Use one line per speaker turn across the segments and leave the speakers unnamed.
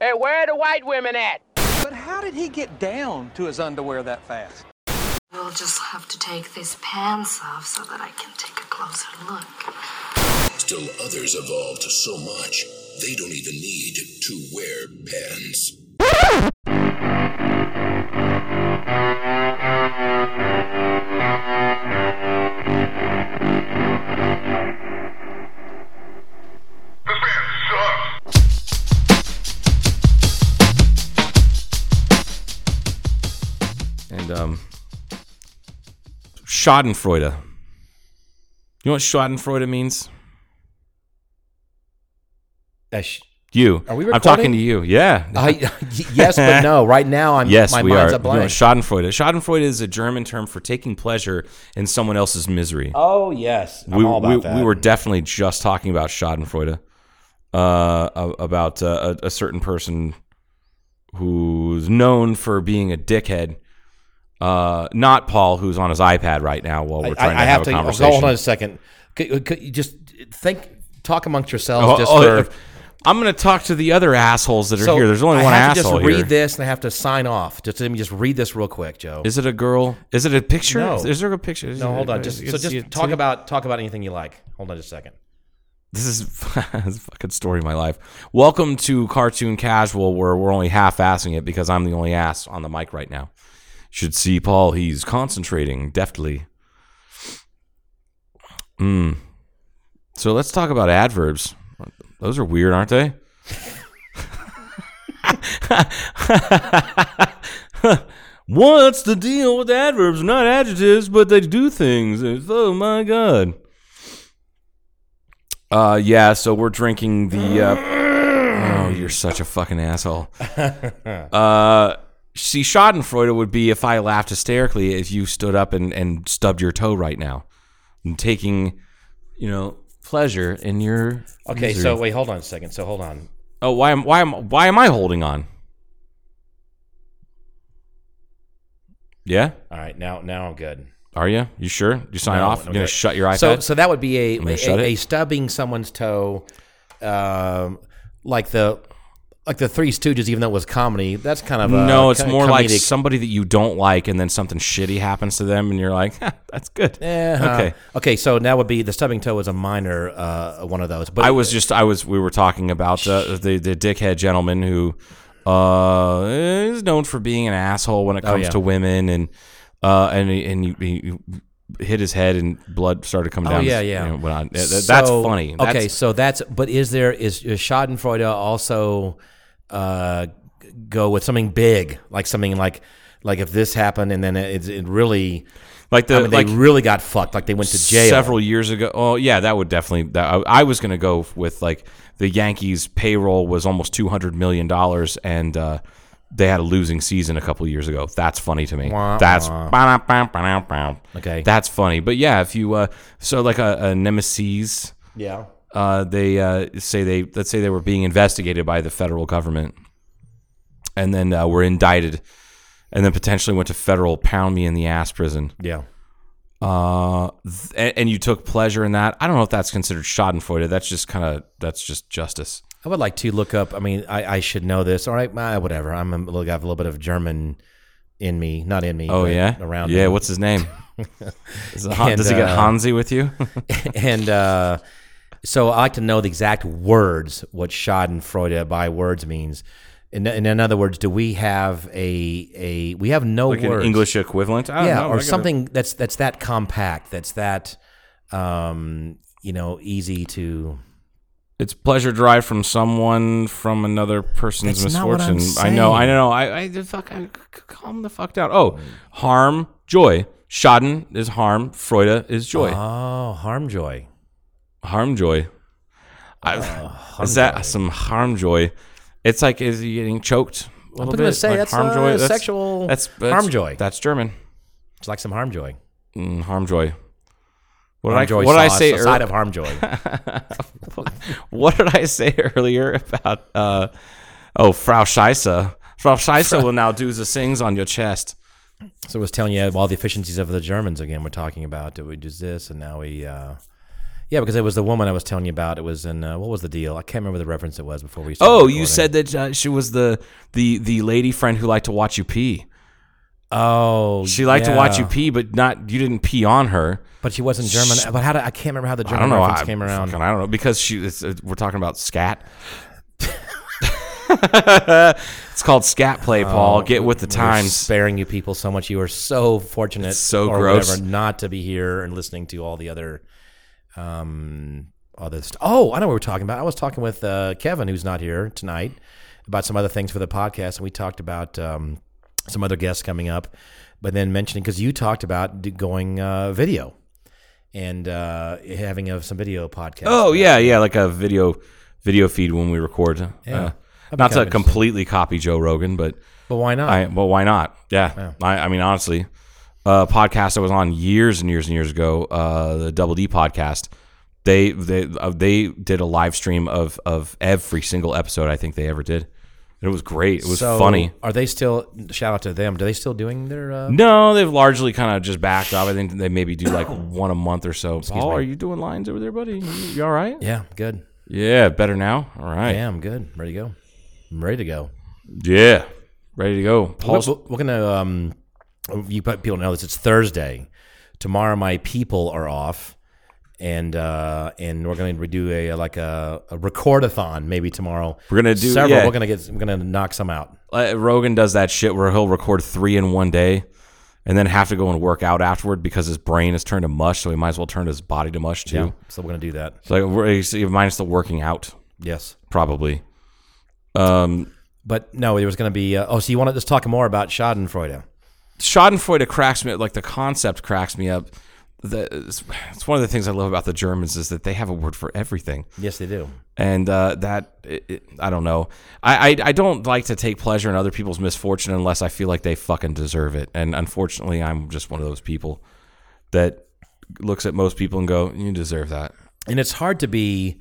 Hey, where are the white women at?
But how did he get down to his underwear that fast?
We'll just have to take these pants off so that I can take a closer look.
Still others evolved so much they don't even need to wear pants.
and um, Schadenfreude. You know what Schadenfreude means?
Uh, sh-
You.
Are we
I'm talking
recording?
to you. Yeah.
I, yes, but no. Right now, I'm
yes,
my
we
mind's
are.
a blank.
You know, Schadenfreude. Schadenfreude is a German term for taking pleasure in someone else's misery.
oh yes, I'm
we,
all about
we,
that.
we were definitely just talking about Schadenfreude, uh, a- about uh, a, a certain person who's known for being a dickhead. Uh, not Paul, who's on his iPad right now while
I,
we're trying
I
to have,
have
a
to oh, hold
conversation.
on a second. Could, could you just uh, think, talk amongst yourselves.
Oh,
just
oh,
for,
if- I'm going to talk to the other assholes that are here. There's only
I
one
have to
asshole
just read
here. Is
this and I have to sign off. Just let me just read this real quick, Joe.
it a girl? Is it a picture?
No.
Is there a picture? Is
no,
it-
hold on. Just
is-
so
is- is-
just talk about talk about anything you like. Hold on just a second.
This is this is a fucking story of my life. Welcome to Cartoon Casual, where we're only half assing it because I'm the only ass on the mic right now. Should see Paul. He's concentrating deftly. Mm. So let's talk about adverbs. Those are weird, aren't they? What's the deal with adverbs? Not adjectives, but they do things. It's- Oh my god. Uh, yeah. So we're drinking the. Uh, oh, you're such a fucking asshole. Uh, see, Schadenfreude would be if I laughed hysterically if you stood up and and stubbed your toe right now, and taking, you know, pleasure in your.
Okay,
misery.
so wait, hold on a second. So hold on.
oh, why am why am why am I holding on? Yeah,
All right, now now I'm good.
are you? You sure? You sign
No,
off. You're gonna
okay.
shut your iPad.
So so that would be a
gonna shut
a,
it.
a stubbing someone's toe, um, like the like the Three Stooges, even though it was comedy. That's kind of a
no, it's
co-
more like
comedic-
somebody that you don't like, and then something shitty happens to them, and you're like, "Ha, "That's good."
Eh,
okay.
uh, okay. So now would be the stubbing toe is a minor uh, one of those. But
I was just I was we were talking about uh, the the dickhead gentleman who uh, is known for being an asshole when it comes
Oh, yeah.
to women and uh, and he- and he, he hit his head and blood started coming
Oh,
down.
yeah,
his-
yeah.
you know, when I- that- that's
So-
funny.
okay,
That's-
so that's but is there is, is Schadenfreude also uh, go with something big like something like like if this happened and then it, it really
like the
I mean,
Uh, like
they really got fucked like they went to jail
several years ago. Oh yeah, that would definitely. That, I, I was going to go with like the Yankees payroll was almost two hundred million dollars, and uh, they had a losing season a couple years ago. That's funny to me.
Wah,
That's
wah. Okay.
That's funny, but yeah, if you uh, so like a, a nemesis,
yeah
uh, they uh, say they let's say they were being investigated by the federal government, and then uh, were indicted, and then potentially went to federal pound me in the ass prison.
yeah
Uh, th- and, and you took pleasure in that. I don't know if that's considered Schadenfreude. That's just kind of that's just justice.
I would like to look up I mean I, I should know this all right my, whatever I'm a little I have a little bit of German in me not in me
Oh
but
yeah,
around
yeah.
me.
What's his name? Is it Han-
And,
does he get
uh,
Hansi with you?
and uh, so I like to know the exact words what Schadenfreude by words means. In, in, in other words, do we have a a we have no
like an
words.
English equivalent? I don't
yeah,
know. I
or
gotta-
something that's that's that compact, that's that um, you know easy to.
It's pleasure derived from someone from another person's
That's not what I'm
misfortune. I know. I
saying.
know. I, I the fuck. I, c- c- calm the fuck down. Oh, harm, joy. Schaden is harm. Freude is joy.
Oh, harm joy.
harm joy. I,
Uh,
is that some harm joy? It's like is he getting choked? A little
gonna
bit?
say
like
that's, uh, sexual harm joy.
That's German.
It's like some harm joy.
Mm, harm joy. What
Harm
did I
joy
what did I
sauce,
say?
a
ear-
side of harm joy.
what did I say earlier about? Uh, oh, Frau Scheisse. Frau Scheisse will now do the things on your chest.
So I was telling you all the efficiencies of the Germans again. We're talking about do we do this and now we, uh, Yeah, because it was the woman I was telling you about. It was in uh, what was the deal? I can't remember the reference it was before we. started
Oh, you
recording.
said that uh, she was the the the lady friend who liked to watch you pee.
Oh,
She liked to watch you
yeah.
pee, but not you didn't pee on her.
but she wasn't German. But how did I can't remember how the German
I don't know.
reference
I
came around.
fucking- I don't know because she. It's, uh, we're talking about scat. it's called scat play, Paul. Get with the
I'm
times.
sparing you people so much. You are so fortunate,
It's so
or
gross.
whatever, not to be here and listening to all the other, um, all this. Oh, I know what we're talking about. I was talking with uh, Kevin, who's not here tonight, about some other things for the podcast, and we talked about um, some other guests coming up, but then mentioning because you talked about d- going uh, video and uh, having a, some video podcast.
Oh yeah, yeah, like a video video feed when we record. Uh, not
kind
to
of
completely copy Joe Rogan, but
but why not?
I well, why not? Yeah, I, I mean, honestly, uh, podcast I was on years and years and years ago, uh, the Double D podcast. They they uh, they did a live stream of of every single episode I think they ever did. It was great. It was
So,
funny. Mm.
Are they still? Shout out to them. Do they still doing their? Uh,
No, they've largely kind of just backed off. I think they maybe do like one a month or so. Paul,
me.
are you doing lines over there, buddy? You, you all right?
Yeah, good.
Yeah, better now. All right.
Yeah, I'm good. Ready to go. I'm ready to go.
Yeah, ready to go.
We're,
Paul's
we're we're gonna. Um, you pe- people know this. It's Thursday. Tomorrow, my people are off, and uh, and we're gonna redo a like a, a recordathon maybe tomorrow.
We're gonna do-
several.
yeah.
We're gonna get. We're gonna knock some out.
uh, Rogan does that shit where he'll record three in one day, and then have to go and work out afterward because his brain has turned to mush. So he might as well turn his body to mush too.
Yeah. So we're gonna do that.
So like, we're- minus the working out,
Yes.
probably. Um,
But no, there was gonna be. Uh, oh, so you want to just talk more about Schadenfreude?
Schadenfreude cracks me up. Like the concept cracks me up. The, it's it's one of the things I love about the Germans is that they have a word for everything.
Yes, they do.
and uh, that it, it, I don't know. I, I I don't like to take pleasure in other people's misfortune unless I feel like they fucking deserve it. And unfortunately, I'm just one of those people that looks at most people and go, "You deserve that."
and it's hard to be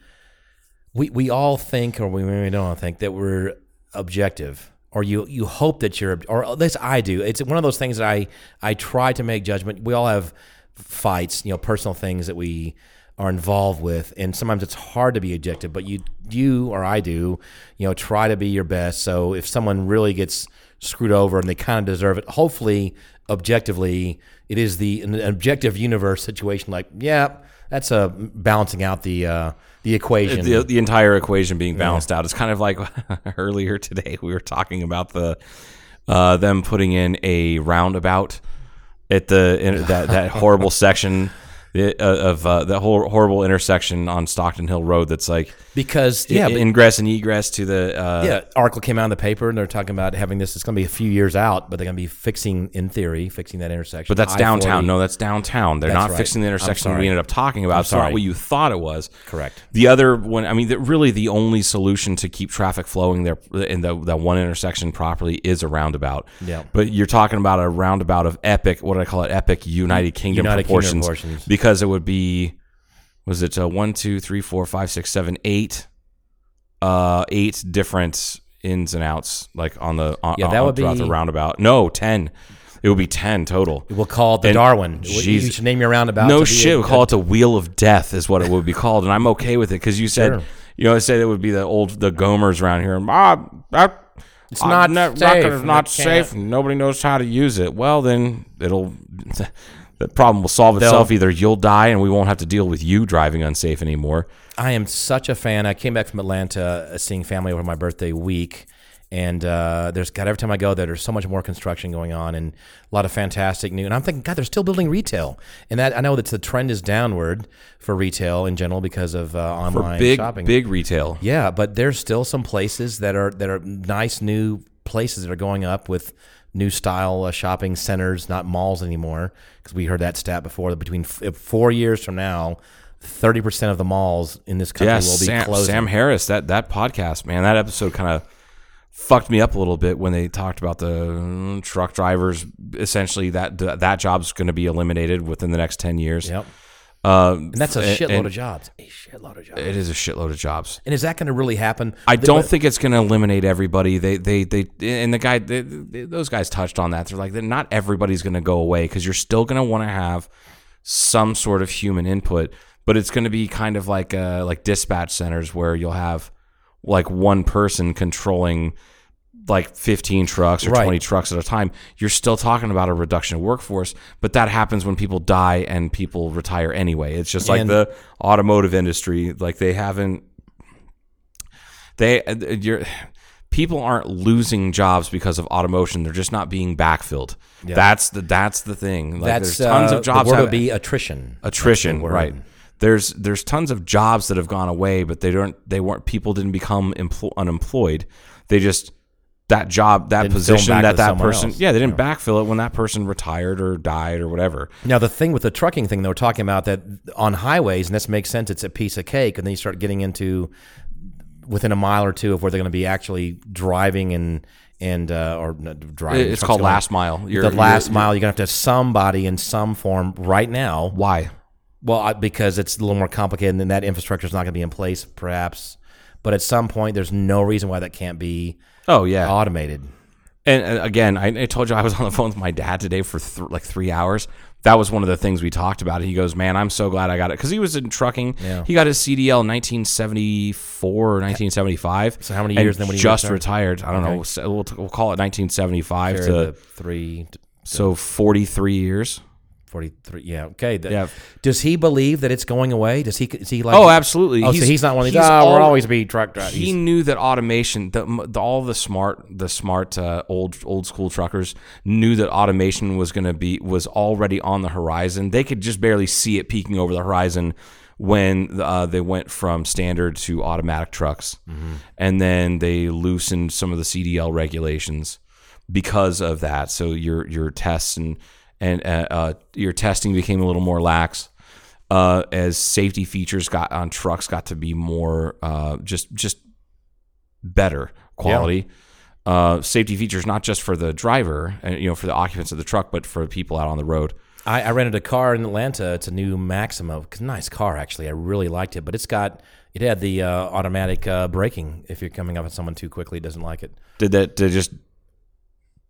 we we all think or we maybe don't think that we're objective or you you hope that you're or at least I do it's one of those things that I I try to make judgment we all have fights you know personal things that we are involved with and sometimes it's hard to be objective but you you or I do you know try to be your best so if someone really gets screwed over and they kind of deserve it hopefully objectively it is the an objective universe situation like yeah that's a balancing out the uh, the equation.
The, the entire equation being balanced out. It's kind of like earlier today we were talking about the uh, them putting in a roundabout at the in, that that horrible section uh, of uh, that whole horrible intersection on Stockton Hill Road. That's like
because yeah,
yeah,
but-
ingress and egress to the uh,
yeah, article came out in the paper and they're talking about having this. It's going to be a few years out, but they're going to be fixing, in theory, fixing that intersection.
But that's
I-40.
downtown. No, that's downtown. They're
That's
not
right.
fixing the
I'm
intersection
sorry.
we ended up talking about. It's not
sorry.
what you thought it was.
Correct.
The other one, I mean, the, really the only solution to keep traffic flowing there in the, that one intersection properly is a roundabout.
Yeah.
But you're talking about a roundabout of epic, what do I call it? Epic United Kingdom,
United Kingdom
proportions,
proportions.
Because it would be, was it uh one, two, three, four, five, six, seven, eight, uh, eight different ins and outs, like on the, on,
Yeah, that
on-
would
throughout the
be-
roundabout. No, 10. It would be 10 total.
We'll call it the
And-
Darwin. You
Jesus.
should name your roundabout.
No
to be a-
shit. We call it the wheel of death is what it would be called, and I'm okay with it because you said you know I said it would be the old the Gomers around here. Ah, that, it's
not safe,
Rocket is
and
not
it
safe.
can't-
And nobody knows how to use it. Well, then it'll the problem will solve
They'll-
itself. Either you'll die, and we won't have to deal with you driving unsafe anymore.
I am such a fan. I came back from Atlanta uh, seeing family over my birthday week. And uh, there's God, every time I go there, there's so much more construction going on and a lot of fantastic new. And I'm thinking, God, they're still building retail. And that I know that the trend is downward for retail in general because of uh,
For
online
big
shopping.
big retail.
Yeah, but there's still some places that are that are nice new places that are going up with new style uh, shopping centers, not malls anymore. Because we heard that stat before that between f- if four years from now, thirty percent of the malls in this country
Yes,
will be
Sam,
closed.
Sam Harris. That that podcast, man. That episode kind of fucked me up a little bit when they talked about the mm, truck drivers. Essentially, that that job's going to be eliminated within the next ten years.
Yep,
Um,
and that's a
and-
shitload
and
of jobs. A shitload of jobs.
It is a shitload of jobs.
and is that going to really happen?
I
Th-
don't
but-
think it's going to eliminate everybody. They, they, they, and the guy, they, they- those guys touched on that. They're like, that not everybody's going to go away because you're still going to want to have some sort of human input. but it's going to be kind of like uh, like dispatch centers where you'll have like one person controlling like 15 trucks or
Right.
20 trucks at a time you're still talking about a reduction of workforce but that happens when people die and people retire anyway it's just like
And-
the automotive industry like they haven't they uh, you're people aren't losing jobs because of automotion they're just not being backfilled that's the that's the thing like
That's
there's tons
uh,
of jobs
The word
have-
would be attrition.
attrition
That's the word.
right there's there's tons of jobs that have gone away but they don't they weren't people didn't become empl- unemployed they just that job that
Didn't fill 'em
position
back
that
with
that
someone
person
else.
yeah they didn't backfill it when that person retired or died or whatever
Now the thing with the trucking thing that we're talking about that on highways, and this makes sense, it's a piece of cake, and then you start getting into within a mile or two of where they're going to be actually driving and and uh, or not driving.
It- it's
trucks
called
going-
last mile. You're-
the
you're-
last mile, you're going to have to have somebody in some form right now.
why
Well, I, because it's a little more complicated, and that infrastructure is not going to be in place, perhaps. But at some point, there's no reason why that can't be
oh yeah
automated.
And uh, again, I, I told you I was on the phone with my dad today for th- like three hours. That was one of the things we talked about. He goes, "Man, I'm so glad I got it because he was in trucking. He got his CDL in 1974 or 1975.
So how many
and
years then when he
just
retired?
retired? I don't know. So We'll, we'll call it 1975
Or
to
the three,
so 43 years.
43 yeah okay that,
Yeah.
does he believe that it's going away does he is he like
Oh, absolutely.
oh so he's not one of these
he's
oh, we'll
al-
always be truck drivers
He knew that automation, the, the, all the smart, the smart uh, old old school truckers knew that automation was going to be was already on the horizon. They could just barely see it peeking over the horizon when uh, they went from standard to automatic trucks, and then they loosened some of the CDL regulations because of that. So your your tests and and uh, uh, your testing became a little more lax uh, as safety features got on trucks got to be more uh, just just better quality. Uh, safety features not just for the driver and you know for the occupants of the truck, but for people out on the road.
I, I rented a car in atlanta it's a new maxima It's a nice car actually i really liked it but it's got it had the uh, automatic uh, braking if you're coming up at someone too quickly it doesn't like it
Did that did it just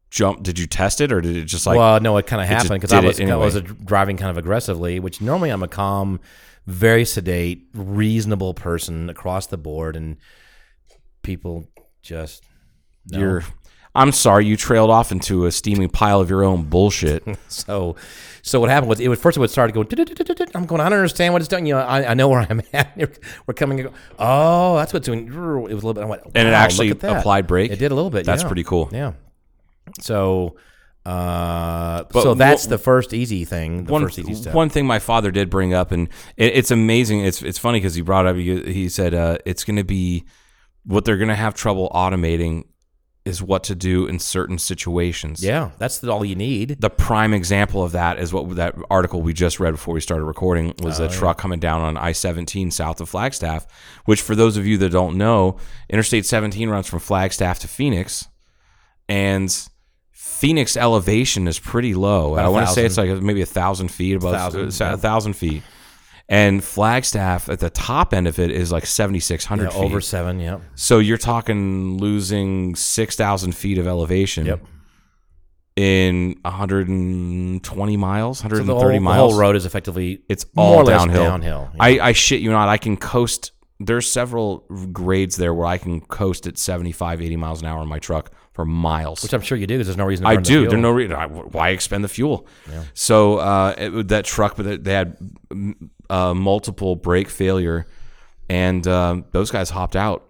jump? Did you test it or did it just like?
well no it kind of
just
happened because
did
i
it
was, I
anyway.
was a, driving kind of aggressively which normally i'm a calm very sedate reasonable person across the board and people just no.
you're, I'm sorry, you trailed off into a steaming pile of your own bullshit.
So, so what happened was it would first it would start to go. "Du-du-du-du-du-du." I'm going. I don't understand what it's doing. You know, I, I know where I'm at. We're coming. and go, Oh, that's what's doing. It was a little bit. I went,
And it
"Wow,
actually
look at that."
applied brake?
It did a little bit.
That's
yeah.
pretty cool.
Yeah. So, uh,
But
so that's
wha-
the first easy thing. The
one,
first easy step.
one thing my father did bring up, and it, it's amazing. It's it's funny because he brought up. He, he said uh, it's going to be what they're going to have trouble automating is what to do in certain situations.
yeah, that's the, all you need.
The prime example of that is what that article we just read before we started recording was
Oh,
a truck coming down on I 17 south of Flagstaff, which, for those of you that don't know, Interstate 17 runs from Flagstaff to Phoenix. And Phoenix elevation is pretty low. I want to say it's like maybe a thousand feet above
Thousand,
uh, a thousand feet. And Flagstaff at the top end of it is like 7,600
Yeah,
feet.
over seven. Yeah.
So you're talking losing 6,000 feet of elevation.
Yep.
In 120 miles,
So
130
the whole, the
miles.
whole road is effectively
It's
more
all
or less
downhill.
Downhill. yeah.
I, I shit you not. I can coast. There's several grades there where I can coast at 75, 80 miles an hour in my truck for miles.
which I'm sure you do because there's no reason. To
I
burn the
do.
fuel.
There's no reason. I- Why expend the fuel? So uh, it, that truck, but they had mm, uh, multiple brake failure, and um, those guys hopped out.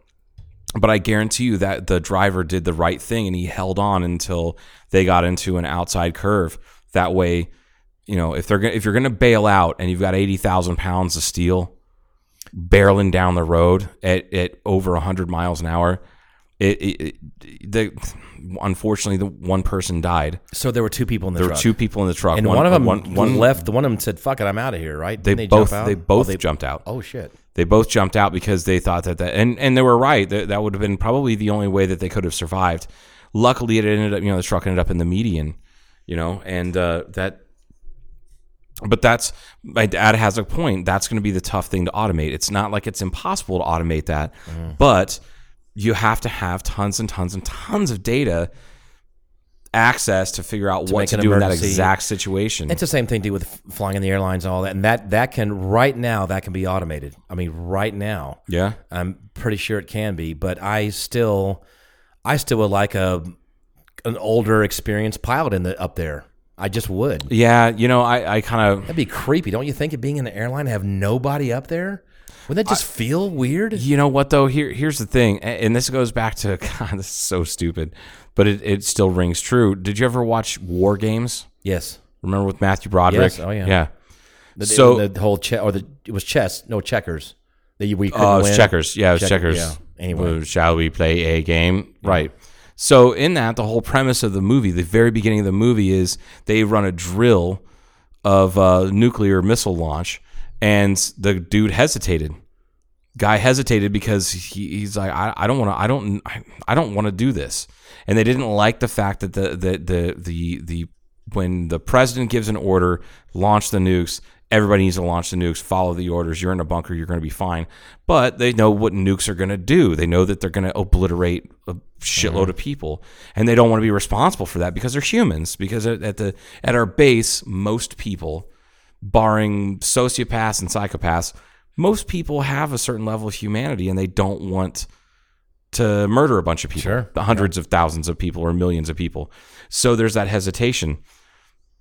But I guarantee you that the driver did the right thing, and he held on until they got into an outside curve. That way, you know, if they're gonna, if you're going to bail out and you've got eighty thousand pounds of steel barreling down the road at, at over 100 miles an hour. It, it, it the unfortunately the one person died.
So there were two people in the
There were
truck.
two people in the truck.
and one, of them
one, one
left. The one of them said, "Fuck it, I'm out of here." Right?
They,
Didn't
both
jump out?
they
Oh,
both Mm.
they-
jumped out.
Oh shit!
They both jumped out because they thought that that and and they were right. That, that would have been probably the only way that they could have survived. Luckily, it ended up you know the truck ended up in the median, you know, and uh, that. But that's my dad has a point. That's going to be the tough thing to automate. It's not like it's impossible to automate that,
Mm-hmm.
but you have to have tons and tons and tons of data access to figure out what
make
to
an
do in that
emergency-
exact situation.
It's the same thing, dude, with f- flying in the airlines and all that. And that that can right now that can be automated. I mean, right now.
yeah.
I'm pretty sure it can be, but I still, I still would like a an older, experienced pilot in the up there. I just would. That'd
Yeah. You know, I, I kind of.
be creepy, don't you think? It being in an airline, have nobody up there, would that just feel weird?
You know what though? Here, here's the thing, a- and this goes back to God. This is so stupid, but it, it still rings true. Did you ever watch War Games?
Yes.
Remember with Matthew Broderick?
Yes, oh, yeah.
Yeah.
The,
So-
the whole chess, or the it was chess, no checkers. That you we couldn't
Oh, it was
win.
checkers. Yeah, it was
Check-
checkers.
yeah. Anyway.
Uh, shall we play a game? Right. So in that, the whole premise of the movie, the very beginning of the movie, is they run a drill of a nuclear missile launch, and the dude hesitated. Guy hesitated because he, he's like, I, I don't want to, I don't, I, I don't want to do this, and they didn't like the fact that the the the the, the when the president gives an order, launch the nukes. Everybody needs to launch the nukes. Follow the orders. You're in a bunker. You're going to be fine. But they know what nukes are going to do. They know that they're going to obliterate a shitload of people, and they don't want to be responsible for that because they're humans. Because at at the at our base, most people, barring sociopaths and psychopaths, most people have a certain level of humanity, and they don't want to murder a bunch of people,
Sure.
hundreds of thousands of people or millions of people. So there's that hesitation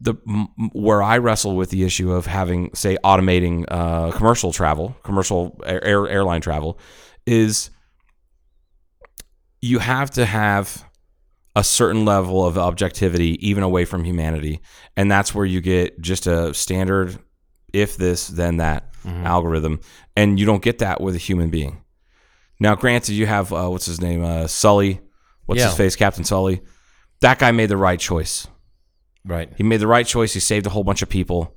the m- m- where I wrestle with the issue of having, say, automating uh, commercial travel, commercial air, air, airline travel, is you have to have a certain level of objectivity even away from humanity, and that's where you get just a standard if this then that algorithm, and you don't get that with a human being. Now, granted, you have uh, what's his name, uh, Sully, what's
Yeah.
his face, Captain Sully. That guy made the right choice.
Right.
He made the right choice. He saved a whole bunch of people.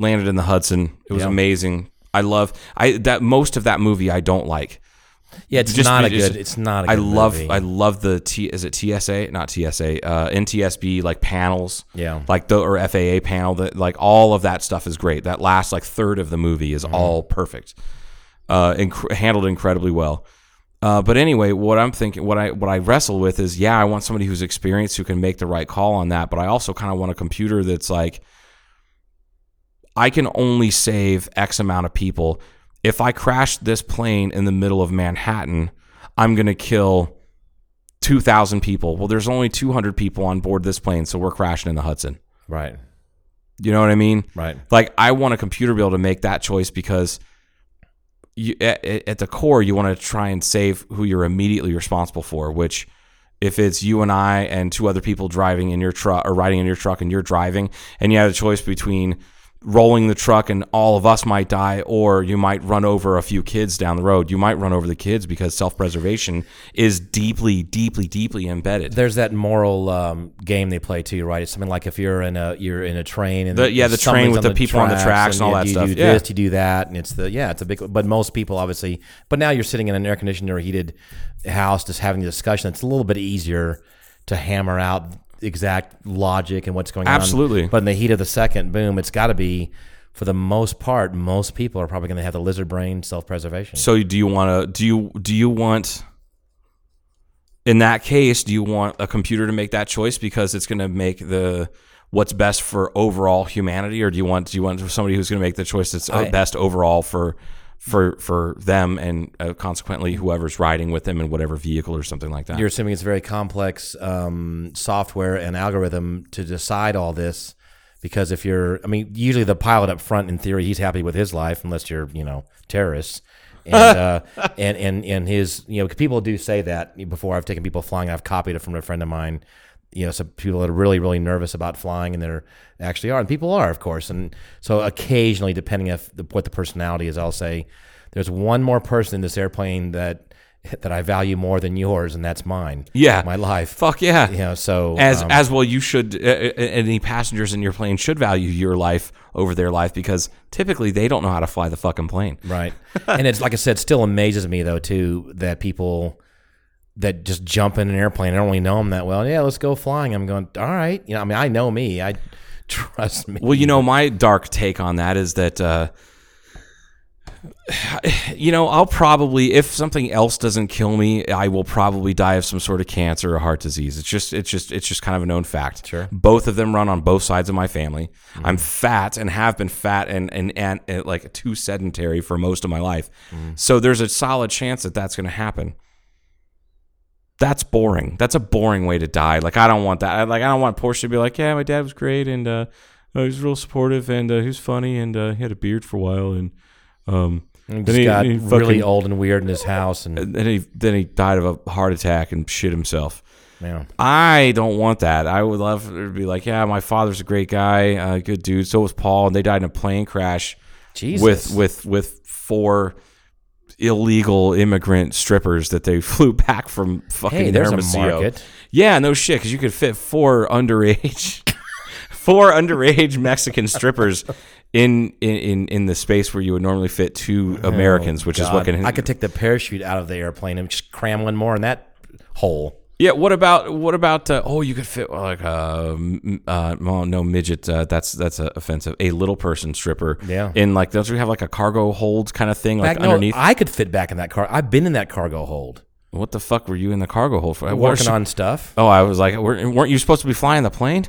Landed in the Hudson. It was
Yeah.
amazing. I love I that most of that movie I don't like.
Yeah, it's
Just
not a
be- just-
good. It's not. a
I
good
love
movie.
I love the T is it TSA not TSA uh, NTSB like panels
Yeah.
like the or FAA panel that like all of that stuff is great. That last like third of the movie is all perfect, uh, inc- handled incredibly well. Uh, but anyway, what I'm thinking, what I what I wrestle with is, yeah, I want somebody who's experienced who can make the right call on that, but I also kind of want a computer that's like, I can only save X amount of people. If I crash this plane in the middle of Manhattan, I'm going to kill 2,000 people. Well, there's only 200 people on board this plane, so we're crashing in the Hudson.
right.
You know what I mean?
Right.
Like, I want a computer to be able to make that choice because you, at, at at the core, you want to try and save who you're immediately responsible for, which if it's you and I and two other people driving in your truck or riding in your truck and you're driving and you had a choice between rolling the truck and all of us might die or you might run over a few kids down the road you might run over the kids because self-preservation is deeply deeply deeply embedded
There's that moral um, game they play too, right? It's something like if you're in a you're in a train and
The- yeah, the train
somebody's
with the people on the tracks and all that
you
stuff.
Do
Yeah.
this, you do that, and it's the yeah, it's a big. But most people obviously, but now you're sitting in an air conditioned or heated house, just having a discussion. It's a little bit easier to hammer out exact logic and what's going on.
Absolutely.
But in the heat of the second, boom, it's got to be. For the most part, most people are probably going to have the lizard brain self preservation.
So do you want to do you do you want in that case do you want a computer to make that choice because it's going to make the what's best for overall humanity or do you want do you want somebody who's going to make the choice that's uh best overall for for for them and uh, consequently whoever's riding with them in whatever vehicle or something like that.
You're assuming it's very complex um, software and algorithm to decide all this, because if you're, I mean, usually the pilot up front, in theory, he's happy with his life, unless you're, you know, terrorists. And, uh, and and and his, you know, people do say that before. I've taken people flying. I've copied it from a friend of mine. You know, some people that are really really nervous about flying, and they're actually are, and people are, of course. And so occasionally, depending if the, what the personality is, I'll say, there's one more person in this airplane that that I value more than yours, and that's mine.
yeah.
my life.
Fuck yeah.
You know, so
as
um,
as well you should uh, uh, any passengers in your plane should value your life over their life because typically they don't know how to fly the fucking plane.
right, and it's like I said, still amazes me though too that people that just jump in an airplane. I don't really know them that well. Yeah, let's go flying. I'm going. All right, you know, I mean, I know me. I trust me.
Well, you know, my dark take on that is that uh, you know, I'll probably if something else doesn't kill me, I will probably die of some sort of cancer or heart disease. It's just it's just it's just kind of a known fact. Sure. Both of them run on both sides of my family. I'm fat and have been fat and and, and and, like too sedentary for most of my life. So there's a solid chance that that's going to happen. That's boring. That's a boring way to die. Like I don't want that. I, like I don't want Portia to be like, yeah, my dad was great and uh, he was real supportive and uh, he was funny and uh, he had a beard for a while and um
And
then
just got really
fucking-
old and weird in his house, and
then he then he died of a heart attack and shit himself.
yeah,
I don't want that. I would love for it to be like, yeah, my father's a great guy, uh, good dude. So was Paul, and they died in a plane crash
Jesus.
with with with four illegal immigrant strippers that they flew back from fucking
Hey, there's a
Hermosillo.
market.
Yeah, no shit, because you could fit four underage, four underage Mexican strippers in, in in in the space where you would normally fit two Americans, which is what can
Oh, I could take the parachute out of the airplane and just cram one more in that hole.
Yeah. What about what about? Uh, oh, you could fit well, like uh, m- uh, well, no midget. Uh, that's that's uh, offensive. A little person stripper.
Yeah.
In like, don't you have like a cargo hold kind of thing like
Back,
underneath?
no, I could fit back in that car. I've been in that cargo hold,
what the fuck were you in the cargo hold for? What are
working
she-
on stuff.
Oh, I was like, weren't weren't you supposed to be flying the plane?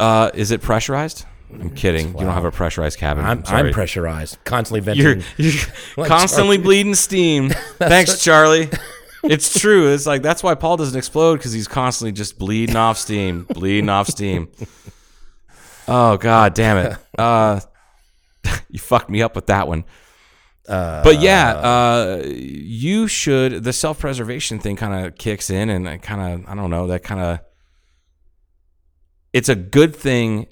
uh, is it pressurized? I'm kidding. You don't have a pressurized cabin.
I'm,
sorry.
I'm pressurized, constantly
You're,
venting.
you're
Like
constantly bleeding steam. Thanks, Charlie. It's true. It's like that's why Paul doesn't explode because he's constantly just bleeding off steam, bleeding off steam. Oh God, damn it! Uh, you fucked me up with that one. but yeah, uh, you should. The self preservation thing kind of kicks in, and I kind of I don't know that kind of. It's a good thing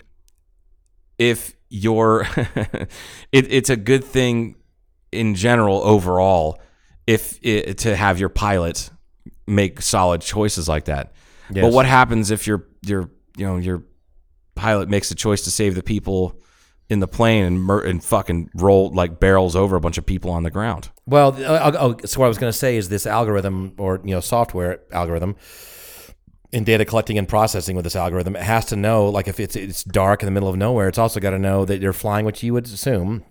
if you're it, it's a good thing in general overall if it, to have your pilot make solid choices like that but
Yes.
what happens if your your you know your pilot makes a choice to save the people in the plane and mur- and fucking roll like barrels over a bunch of people on the ground
Well, th- oh, oh, so what I was going to say is this algorithm or you know software algorithm in data collecting and processing with this algorithm it has to know like if it's it's dark in the middle of nowhere, it's also got to know that you're flying what you would assume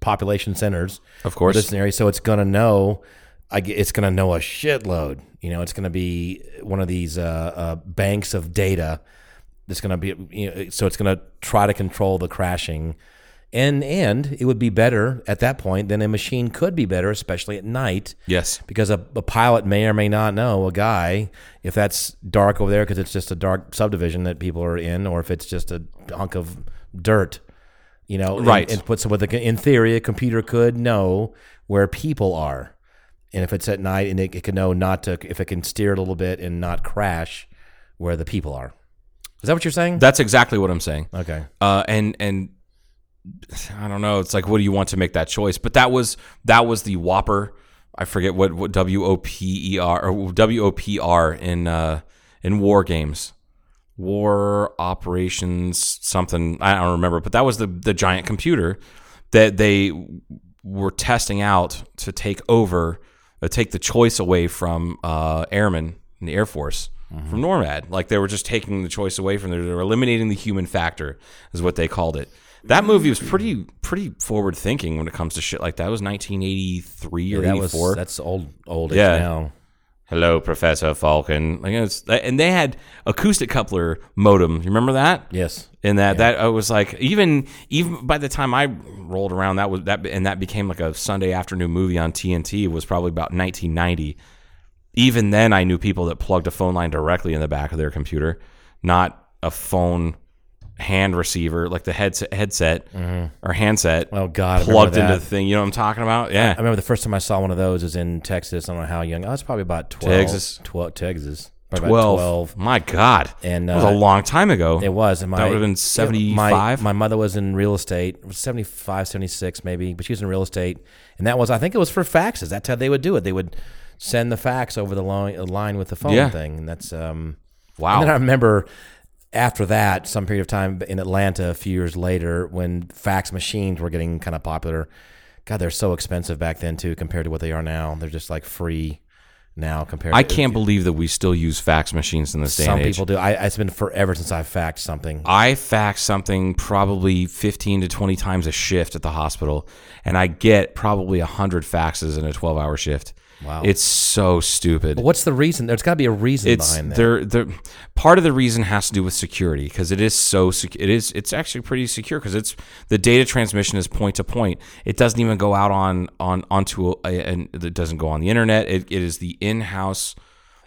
population centers,
Of course.
this area. So it's going to know. I g it's going to know a shitload. You know, it's going to be one of these uh, uh, banks of data that's going to be. You know, so it's going to try to control the crashing and and it would be better at that point than a machine could be better, especially at night.
yes
Because a, a pilot may or may not know a guy if that's dark over there because it's just a dark subdivision that people are in, or if it's just a hunk of dirt, you know. and-
Right.
And, put some with the in theory, a computer could know where people are, and if it's at night, and it, it can know not to if it can steer a little bit and not crash where the people are. Is that what you're saying?
that's exactly what i'm saying
okay.
uh, and and I don't know. It's like, what do you want to make that choice? But that was that was the Whopper. I forget what what W O P E R or W O P R in uh, in war games, war operations something. I don't remember. But that was the the giant computer that they were testing out to take over, uh, take the choice away from uh, airmen in the Air Force.
Mm-hmm.
From NORAD, like they were just taking the choice away from there. They were eliminating the human factor, is what they called it. That movie was pretty pretty forward thinking when it comes to shit like that. It was 1983 or
That was
84.
that's old old age
Yeah.
now.
Hello, Professor Falcon. Like it's, and they had acoustic coupler modem. You remember that?
Yes.
And that that I was like even even by the time I rolled around that was that and that became like a Sunday afternoon movie on TNT was probably about 1990. Even then, I knew people that plugged a phone line directly in the back of their computer, not a phone hand receiver like the headset headset or handset.
Oh, God, I remember
plugged into the
that.
thing. You know what I'm talking about? Yeah.
I remember the first time I saw one of those was in Texas. I don't know how young. I was probably about 12.
Texas.
12 Texas. Probably
12.
About 12.
My God.
And,
that was
uh,
a long time ago.
It was. And my,
would've been
yeah,
75?
My, my mother was in real estate, It was 75, 76 maybe, but she was in real estate. And that was, I think it was for faxes. That's how they would do it. They would send the fax over the line, line with the phone
Yeah.
thing. And that's, um,
Wow.
And then I remember after that, some period of time in Atlanta, a few years later, when fax machines were getting kind of popular. God, they're so expensive back then too, compared to what they are now. They're just like free. now compared.
I
to
can't believe that we still use fax machines in this day
Some
and age.
people do. I, it's been forever since I faxed something.
I fax something probably 15 to 20 times a shift at the hospital, and I get probably 100 faxes in a 12 hour shift. Wow. It's so stupid.
But what's the reason? There's got to be a reason
it's
behind that.
there. There, part of the reason has to do with security because it is so. sec- It is. It's actually pretty secure because it's the data transmission is point to point. It doesn't even go out on on onto a, and it doesn't go on the internet. It, it is the in house.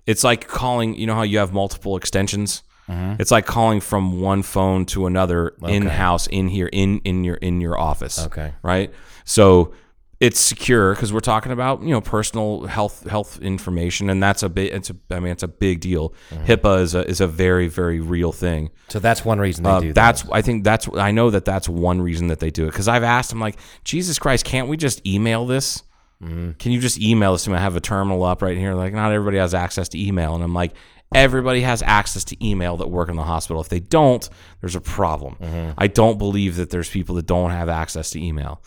It's like calling. You know how you have multiple extensions.
Mm-hmm.
It's like calling from one phone to another in house in here in in your in your office.
Okay.
right? So it's secure because we're talking about you know personal health health information, and that's a bit. It's a, I mean, it's a big deal. HIPAA is a is a very very real thing.
So that's one reason they
Uh,
do that.
that's I think that's I know that that's one reason that they do it because I've asked them like Jesus Christ, can't we just email this?
Mm-hmm.
Can you just email this to me? I have a terminal up right here. Like not everybody has access to email, and I'm like. Everybody has access to email that work in the hospital. If they don't, there's a problem.
Mm-hmm.
I don't believe that there's people that don't have access to email.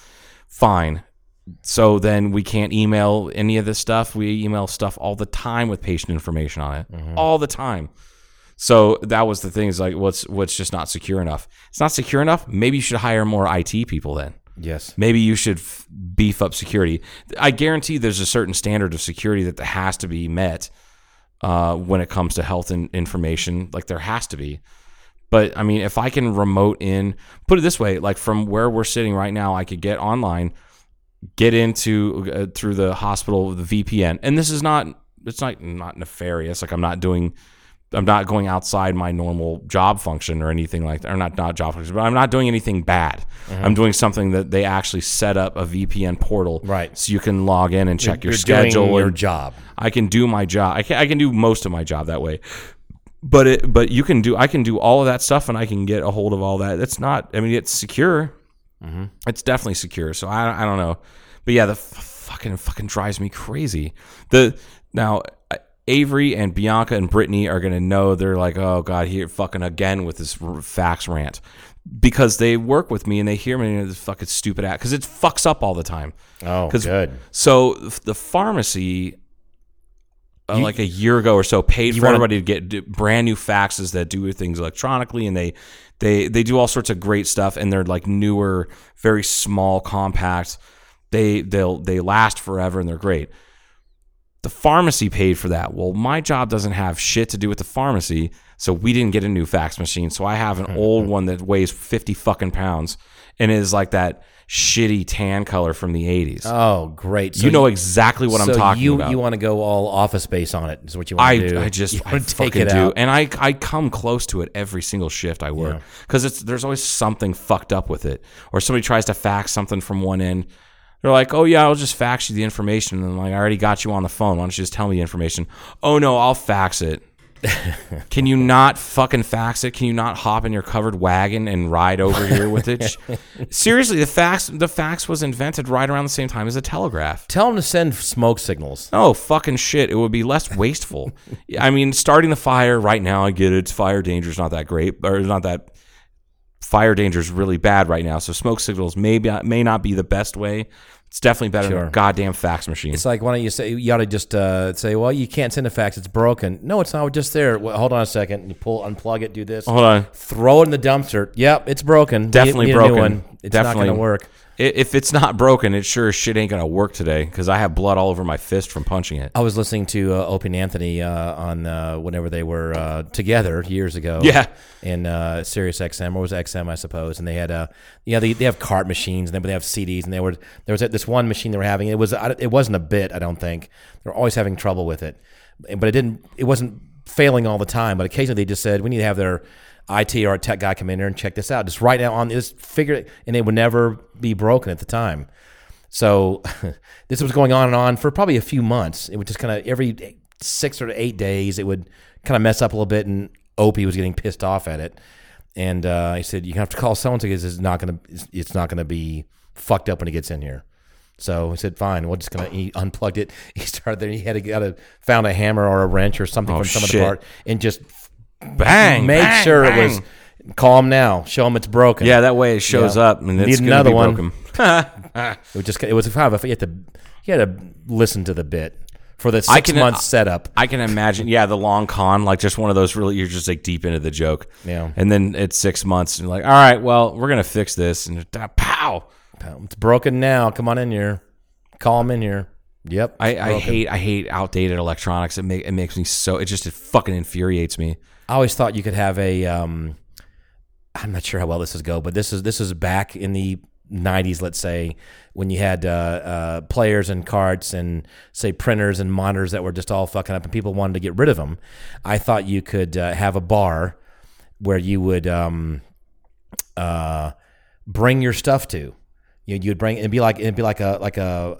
Fine. So then we can't email any of this stuff. We email stuff all the time with patient information on it,
Mm-hmm.
all the time. So that was the thing is like what's what's just not secure enough. It's not secure enough. Maybe you should hire more IT people then.
Yes.
Maybe you should f- beef up security. I guarantee there's a certain standard of security that has to be met uh, when it comes to health and information. Like there has to be. But I mean, if I can remote in, put it this way, like from where we're sitting right now, I could get online, get into uh, through the hospital with the VPN, and this is not it's not not nefarious. Like I'm not doing. I'm not going outside my normal job function or anything like that, or not not job function, but I'm not doing anything bad.
Mm-hmm.
I'm doing something that they actually set up a VPN portal,
Right.
So you can log in and check your
You're
schedule
doing your
and-
job.
I can do my job. I can, I can do most of my job that way. But it, but you can do I can do all of that stuff and I can get a hold of all that. It's not. I mean, it's secure. It's definitely secure. So I I don't know. But yeah, the f- fucking fucking drives me crazy. The now. I, Avery and Bianca and Brittany are gonna know they're like, oh god, here fucking again with this r- fax rant, because they work with me and they hear me and this fucking stupid act because it fucks up all the time.
Oh,
'Cause-
good.
So f- the pharmacy, uh,
You-
like a year ago or so, paid for
wanna-
everybody to get d- brand new faxes that do things electronically, and they they they do all sorts of great stuff, and they're like newer, very small, compact. They they'll they last forever and they're great. The pharmacy paid for that. Well, my job doesn't have shit to do with the pharmacy, so we didn't get a new fax machine. So I have
Hmm.
an old one that weighs fifty fucking pounds and is like that shitty tan color from the eighties
Oh, great. So
you know exactly what I'm
so
talking
you,
about.
You want to go all office space on it? Is what you want
I,
to do?
I just
You
I
wanna
fucking do, and I I come close to it every single shift I work because it's there's always something fucked up with it, or somebody tries to fax something from one end. They're like, oh yeah, I'll just fax you the information, and I'm like, I already got you on the phone. Why don't you just tell me the information? Oh no, I'll fax it. Can you not fucking fax it? Can you not hop in your covered wagon and ride over here with it? Seriously, the fax the fax was invented right around the same time as the telegraph.
Tell them to send smoke signals.
No Oh, fucking shit. It would be less wasteful. I mean, starting the fire right now, I get it. It's Fire danger's not that great, or it's not that. Fire danger's really bad right now. So smoke signals maybe may not be the best way. It's definitely better than
Sure.
a goddamn fax machine.
It's like why don't you say you ought to just uh, say, well, you can't send a fax; it's broken. No, it's not. We're Just there. Well, hold on a second. You pull, unplug it, do this.
Hold on.
Throw it in the dumpster. Yep, it's broken. We
Uh-huh. Definitely
need- need a new
broken.
one. It's
Definitely.
not going to work.
I- If it's not broken, it sure as shit ain't gonna work today because I have blood all over my fist from punching it.
I was listening to uh, Opie and Anthony uh, on uh, whenever they were uh, together years ago.
Yeah.
in uh, Sirius XM or was it XM, I suppose. And they had uh, yeah, they, they have cart machines and they, but they have CDs and they were there was this one machine they were having. It was I don't- it wasn't a bit, I don't think. They were always having trouble with it, but it didn't. It wasn't failing all the time. But occasionally they just said we need to have their IT or our tech guy come in here and check this out. Just right now on this figure, it," and it would never be broken at the time. So this was going on and on for probably a few months. It would just kind of every six or eight days, it would kind of mess up a little bit, and Opie was getting pissed off at it. And uh, he said, "You have to call someone because it's not going to it's not going to be fucked up when he gets in here." So he said, "Fine, we're just gonna." He unplugged it. He started there. He had to got a found a hammer or a wrench or something
Oh,
from some of
shit.
the part and just
Bang!
made
bang,
sure
bang.
it was calm now. Show him it's broken.
Yeah, that way it shows
Yeah.
up and it's
Need
gonna
another
be
one.
broken.
It was just it was kind of a, you had to you had to listen to the bit for the
I
six
can- uh,
month setup.
I can imagine, yeah, the long con, like just one of those really, you're just like deep into the joke.
Yeah.
And then it's six months and you're like, all right, well, we're going to fix this. And da- pow.
It's broken now. Come on in here. Call him in here. Yep.
I,
it's
I
broken.
hate, I hate outdated electronics. It, make, it makes me so, it just, it fucking infuriates me.
I always thought you could have a. Um, I'm not sure how well this is go, but this is this is back in the '90s, let's say, when you had uh, uh, players and carts and say printers and monitors that were just all fucking up, and people wanted to get rid of them. I thought you could uh, have a bar where you would um, uh, bring your stuff to. You you'd bring it'd be like it'd be like a like a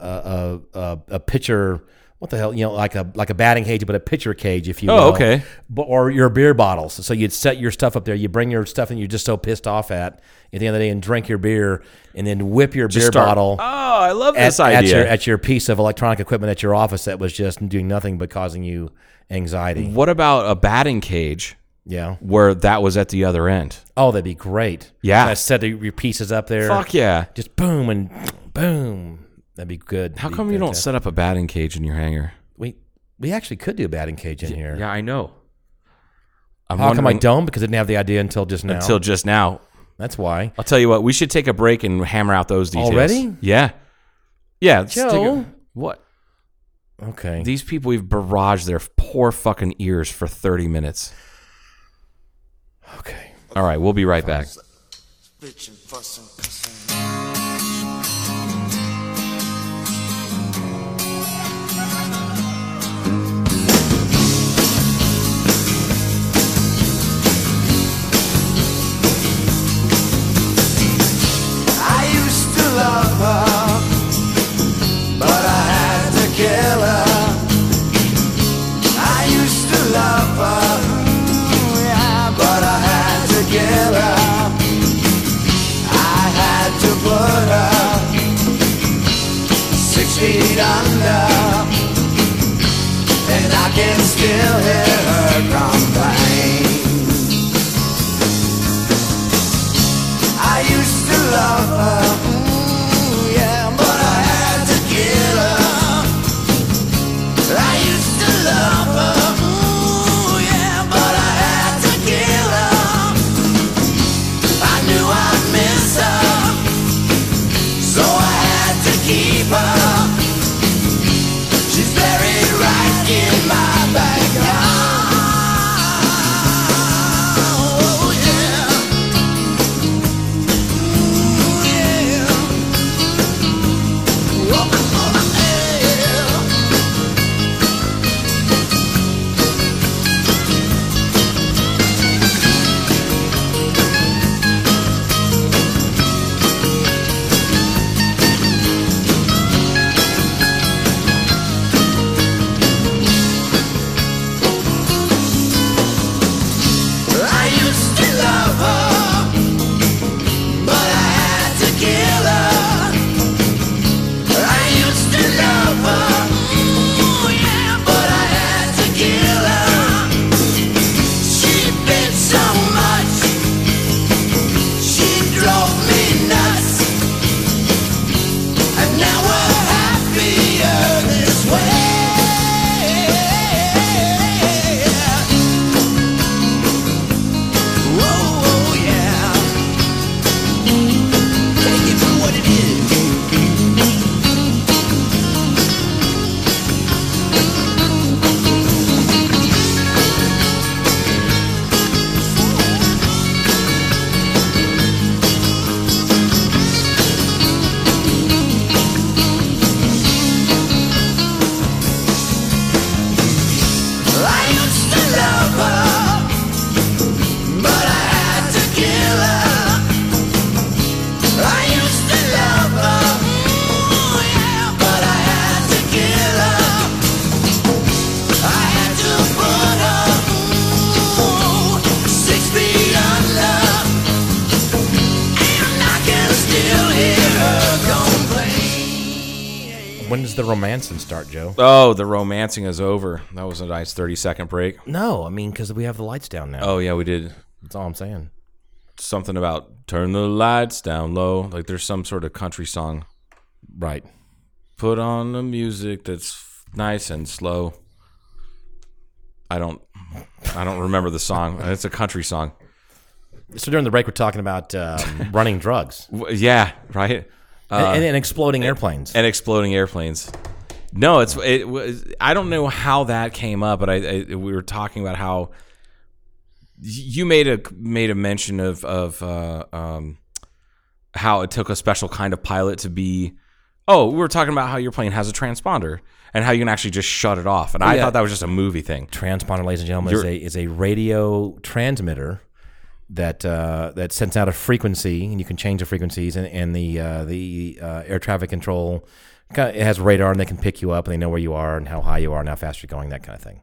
a, a, a, a pitcher. What the hell? You know, like a like a batting cage, but a pitcher cage, if you
Oh,
will.
okay.
But, or your beer bottles. So you'd set your stuff up there. You bring your stuff, and you're just so pissed off at at the end of the day, and drink your beer, and then whip your beer
start-
bottle
Oh, I love
at,
this idea.
at your at your piece of electronic equipment at your office that was just doing nothing but causing you anxiety.
what about a batting cage
Yeah.
where that was at the other end?
Oh, that'd be great.
Yeah.
Kinda set the, your pieces up there.
Fuck yeah.
Just boom and boom. That'd be good.
How
Be
come you don't
fantastic.
set up a batting cage in your hangar?
We we actually could do a batting cage in here.
Yeah, I know. I'm
How come I
wondering-
don't? Because I didn't have the idea until just now.
Until just now.
That's why.
I'll tell you what, we should take a break and hammer out those details.
Already?
Yeah. Yeah. let's take a-
Joe?
what?
Okay.
These people, we've barraged their poor fucking ears for 30 minutes.
okay.
All right, we'll be right back.
Bitch and fuss and cuss and- I used to love her, but I had to kill her. I used to love her, ooh, yeah, but I had to kill her. I had to put her six feet under, and I can still hear her complain. I used to love her, ooh, yeah, but I had to kill her. I used to love her, ooh, yeah, but I had to kill her. I knew I'd miss her, so I had to keep her. She's buried right in my backyard. Oh yeah. Oh, I used to love her. But I had to kill her. I used to love her. Ooh, yeah, but I had to kill her. She bit so much. She drove me nuts. And now we're happier this way. Whoa, yeah. Take it for what it is. I used to love her, but I had to kill her. I used to love her, ooh, yeah, but I had to kill her. I had to put her ooh, six feet under, and I can still hear her complain.
When does the romancing start, Joe?
Oh, the romancing is over. That was a nice 30 second break.
No, I mean because we have the lights down now.
Oh, yeah, we did
That's all I'm saying.
something about turn the lights down low. Like there's some sort of country song.
Right.
Put on the music that's nice and slow. I don't I don't remember the song. It's a country song.
So during the break, we're talking about um, running drugs
W- Yeah, right.
and, and, and exploding airplanes.
and exploding airplanes. No, it's it was. I don't know how that came up, but I, I we were talking about how you made a made a mention of of uh, um, how it took a special kind of pilot to be. Oh, we were talking about how your plane has a transponder and how you can actually just shut it off, and I
Yeah.
thought that was just a movie thing.
transponder, ladies and gentlemen, is
You're-
a, is a radio transmitter that uh, that sends out a frequency, and you can change the frequencies, and, and the uh, the uh, air traffic control kind of, it has radar, and they can pick you up, and they know where you are, and how high you are, and how fast you're going, that kind of thing.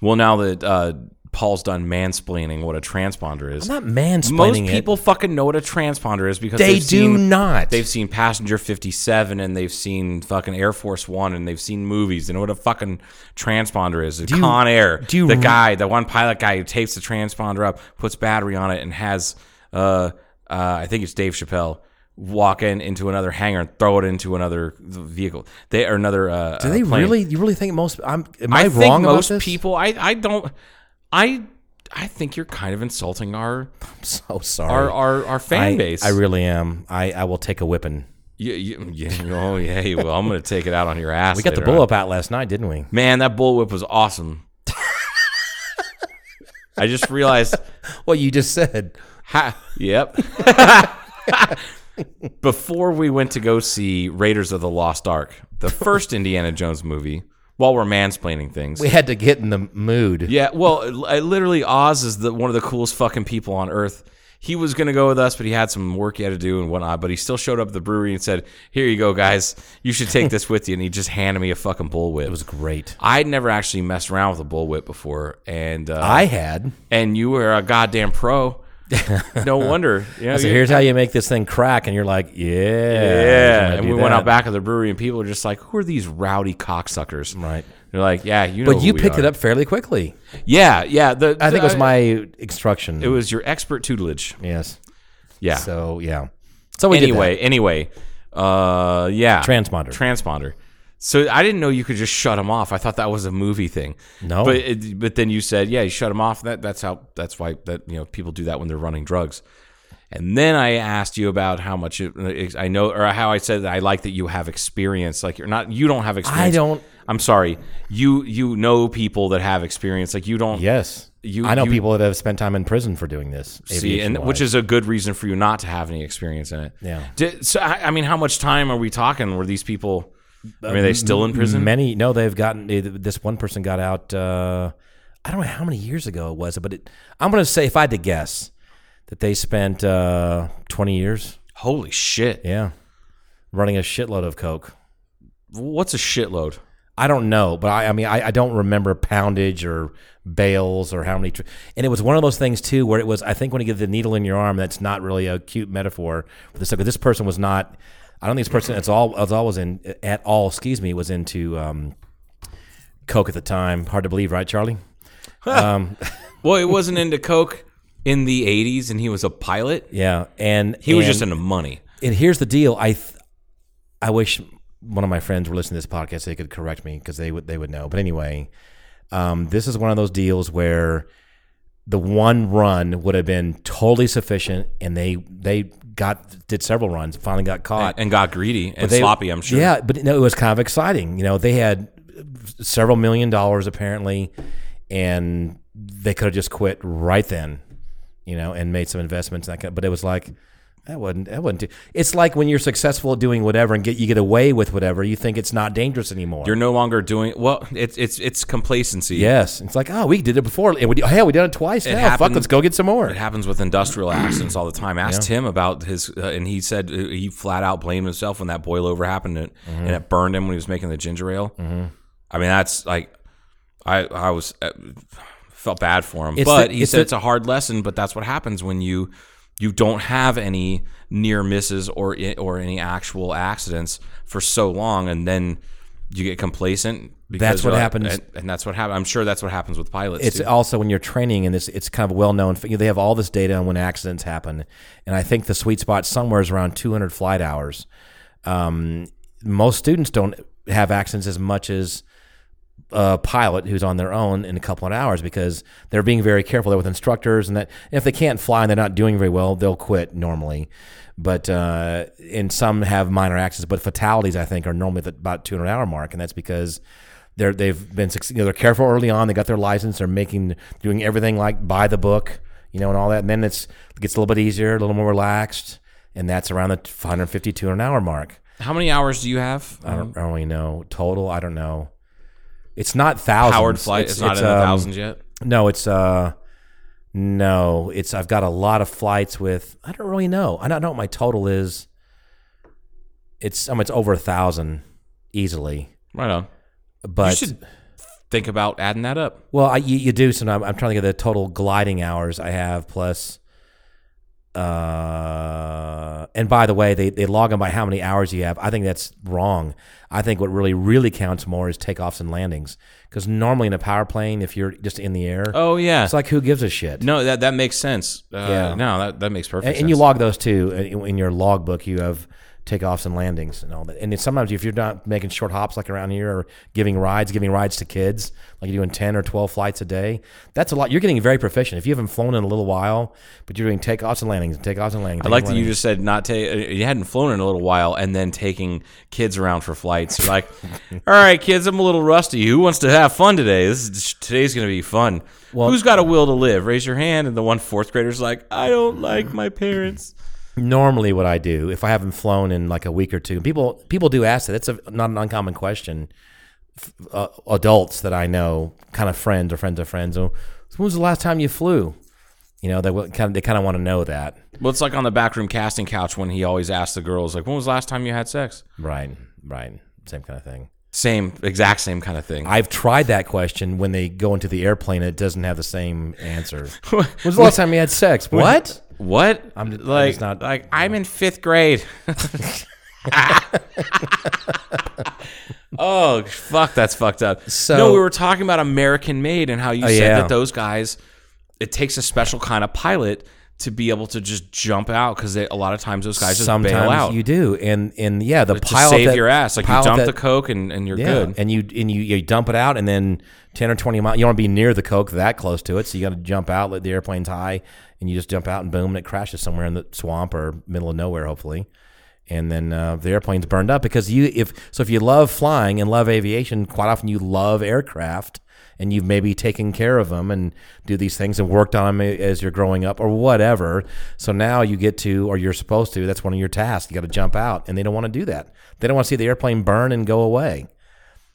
Well, now that uh, Paul's done mansplaining what a transponder is,
I'm not mansplaining
most
it.
people fucking know what a transponder is because
They
they've
do
seen-
not.
They've seen Passenger 57 and they've seen fucking Air Force One and they've seen movies. They know what a fucking transponder is.
you-
Con Air.
do you
the
re-
guy, the one pilot guy who tapes the transponder up, puts battery on it, and has, uh, uh, I think it's Dave Chappelle. Walk in into another hangar and throw it into another vehicle. They or another. Uh,
Do they
plane.
really? You really think most? I'm. Am I,
I,
wrong
think
about
most
this?
people. I, I don't. I I think you're kind of insulting our
So Oh, sorry.
our our, our fan
I,
base.
I really am. I, I will take a whipping.
You, you, you- oh yeah. you- Well, I'm gonna take it out on your ass.
We got the
later on.
bull up out last night, didn't we?
Man, that bullwhip was awesome. I just realized.
Well, you just said.
Ha, yep. Before we went to go see Raiders of the Lost Ark, the first Indiana Jones movie, while we're mansplaining things,
We had to get in the mood.
Yeah, well, I, literally, Oz is the one of the coolest fucking people on earth. He was gonna go with us, but he had some work he had to do and whatnot. But he still showed up at the brewery and said, "Here you go, guys. You should take this with you." And he just handed me a fucking bullwhip.
It was great.
I'd never actually messed around with a bullwhip before, and uh,
I had.
and you were a goddamn pro. no wonder. You know,
So
you-
here's how you make this thing crack, and you're like, yeah,
yeah, and we
do
went
that.
out back of the brewery, and people are just like, "Who are these rowdy cocksuckers?"
Right.
They're like, "Yeah, you know."
But
who
you
we
picked it
are."
up fairly quickly.
Yeah, yeah. The,
I think it was my instruction.
It was your expert tutelage.
yes.
Yeah.
So yeah. So we did
anyway, anyway, uh, yeah,
Transponder.
transponder. So I didn't know you could just shut them off. I thought that was a movie thing.
No.
but it, but then you said, yeah, you shut them off. That that's how that's why that you know people do that when they're running drugs. And then I asked you about how much it, I know, or how I said that I like that you have experience. Like you're not, you don't have experience.
don't-
I'm sorry. You you know people that have experience. Like you don't.
that. Yes.
You-
I know
you-
people that have spent time in prison for doing this.
See, and
aviation-wise.
which is a good reason for you not to have any experience in it.
Yeah.
Di- so, I I mean, how much time are we talking? Were these people? I mean, are they still in
Um,
prison?
Many, no, they've gotten. eh, This one person got out. Uh, I don't know how many years ago it was, but it, I'm going to say, if I had to guess, that they spent uh, 20 years.
Holy shit!
Yeah, running a shitload of coke.
What's a shitload?
I don't know, but I, I mean, I, I don't remember poundage or bales or how many. Tr- and it was one of those things too, where it was. I think when you get the needle in your arm, that's not really a cute metaphor for this. Because this person was not. I don't think this person. It's all. It's all was in at all. Excuse me. Was into um, coke at the time. Hard to believe, right, Charlie?
Well, it wasn't into coke in the '80s, and he was a pilot.
Yeah, and
He was
and-
just into money.
and here's the deal. I th- I wish one of my friends were listening to this podcast. They could correct me because they would they would know. But anyway, um, this is one of those deals where the one run would have been totally sufficient, and they they got did several runs. Finally got caught
And got greedy and
they-
sloppy, I'm sure.
Yeah, but no, it was kind of exciting. You know, they had several million dollars apparently, and they could have just quit right then. You know, and made some investments. And that kind but it was like that wasn't that wasn't. Too, it's like when you're successful at doing whatever and get you get away with whatever, you think it's not dangerous anymore.
You're no longer doing well. It's it's it's complacency.
yes, it's like oh, we did it before, and we hell, we done it twice now. Fuck,
happened-
let's go get some more.
It happens with industrial accidents all the time. Asked him about his, uh, and he said uh, he flat out blamed himself when that boilover happened and,
Mm-hmm.
and it burned him when he was making the ginger ale. I mean, that's like, I I was uh, felt bad for him,
It's
but
the-
he
it's
said
the-
it's a hard lesson. But that's what happens when you you don't have any near misses or i- or any actual accidents for so long, and then. You get complacent. because
That's what
you're like-
happens.
and, and that's what happens. I'm sure that's what happens with pilots.
it's
too.
also when you're training and this it's kind of well known you know, they have all this data on when accidents happen and i think the sweet spot somewhere is around 200 flight hours um, most students don't have accidents as much as uh, pilot who's on their own in a couple of hours because they're being very careful. They're with instructors, and that and if they can't fly and they're not doing very well, they'll quit normally. But uh, and some have minor accidents, but fatalities I think are normally at about 200 hour mark, and that's because they're they've been suc- you know they're careful early on. They got their license. They're making doing everything like by the book, you know, and all that. And then it's it gets a little bit easier, a little more relaxed, and that's around the 150 200 hour mark.
How many hours do you have? Um,
I don't, I don't really know total. I don't know. It's not thousands.
Powered flight
It's-
is not
it's,
in the
um,
thousands yet.
No, it's uh, no, it's I've got a lot of flights with. I don't really know. I don't know what my total is. It's um, it's over a thousand easily.
Right on.
But
you should think about adding that up.
Well, I, you, you do. So I'm, I'm trying to get the total gliding hours I have plus. Uh, and by the way, they, they log them by how many hours you have. I think that's wrong. I think what really, really counts more is takeoffs and landings. Because normally in a power plane, if you're just in the air,
Oh yeah.
it's like who gives a shit?
no, that that makes sense. Uh,
Yeah.
No, that, that makes perfect
and,
sense.
and you log those too uh, in, in your logbook. You have takeoffs and landings and all that. And then sometimes if you're not making short hops like around here or giving rides, giving rides to kids, like you're doing ten or twelve flights a day, that's a lot. You're getting very proficient. If you haven't flown in a little while, but you're doing takeoffs and landings and takeoffs and landings.
I like
takeoffs
that
and
you
landings.
just said not ta- uh, you hadn't flown in a little while and then taking kids around for flights. You're like, all right, kids, I'm a little rusty. Who wants to have fun today? This is, today's going to be fun. Who's got a will to live? Raise your hand. And the one fourth grader's like, I don't like my parents.
normally what I do if I haven't flown in like a week or two. People people do ask that. That's a, not an uncommon question. F- Uh, adults that I know, kind of friends or friends of friends. Oh, so when was the last time you flew? You know, they will- kind of they kind of want to know that,
Well, it's like on the backroom casting couch when he always asked the girls, like, when was the last time you had sex?
right? Right, same kind of thing.
Same, exact same kind of thing.
I've tried that question when they go into the airplane. and It doesn't have the same answer. when was the last time you had sex? What?
what?
I'm just- I'm
like,
just not-
like I'm in fifth grade. oh fuck, that's fucked up.
So- Oh,
no, we were talking about American Made and how you said
yeah.
that those guys, it takes a special kind of pilot to be able to just jump out because a lot of times those guys just bail out.
Sometimes you do, and and yeah, the
to
pilot
save
that-
your ass, like you
pilot
dump
that-
the coke and, and you're
Yeah,
good.
and you and you, you dump it out, and then ten or twenty miles. You don't want to be near the coke that close to it, so you got to jump out. Let the airplane's high, and you just jump out, and boom, and it crashes somewhere in the swamp or middle of nowhere, hopefully. And then uh, the airplane's burned up because you if so if you love flying and love aviation, quite often you love aircraft, and you've maybe taken care of them and do these things and worked on them as you're growing up or whatever. So now you get to, or you're supposed to. That's one of your tasks. You got to jump out, and they don't want to do that. They don't want to see the airplane burn and go away.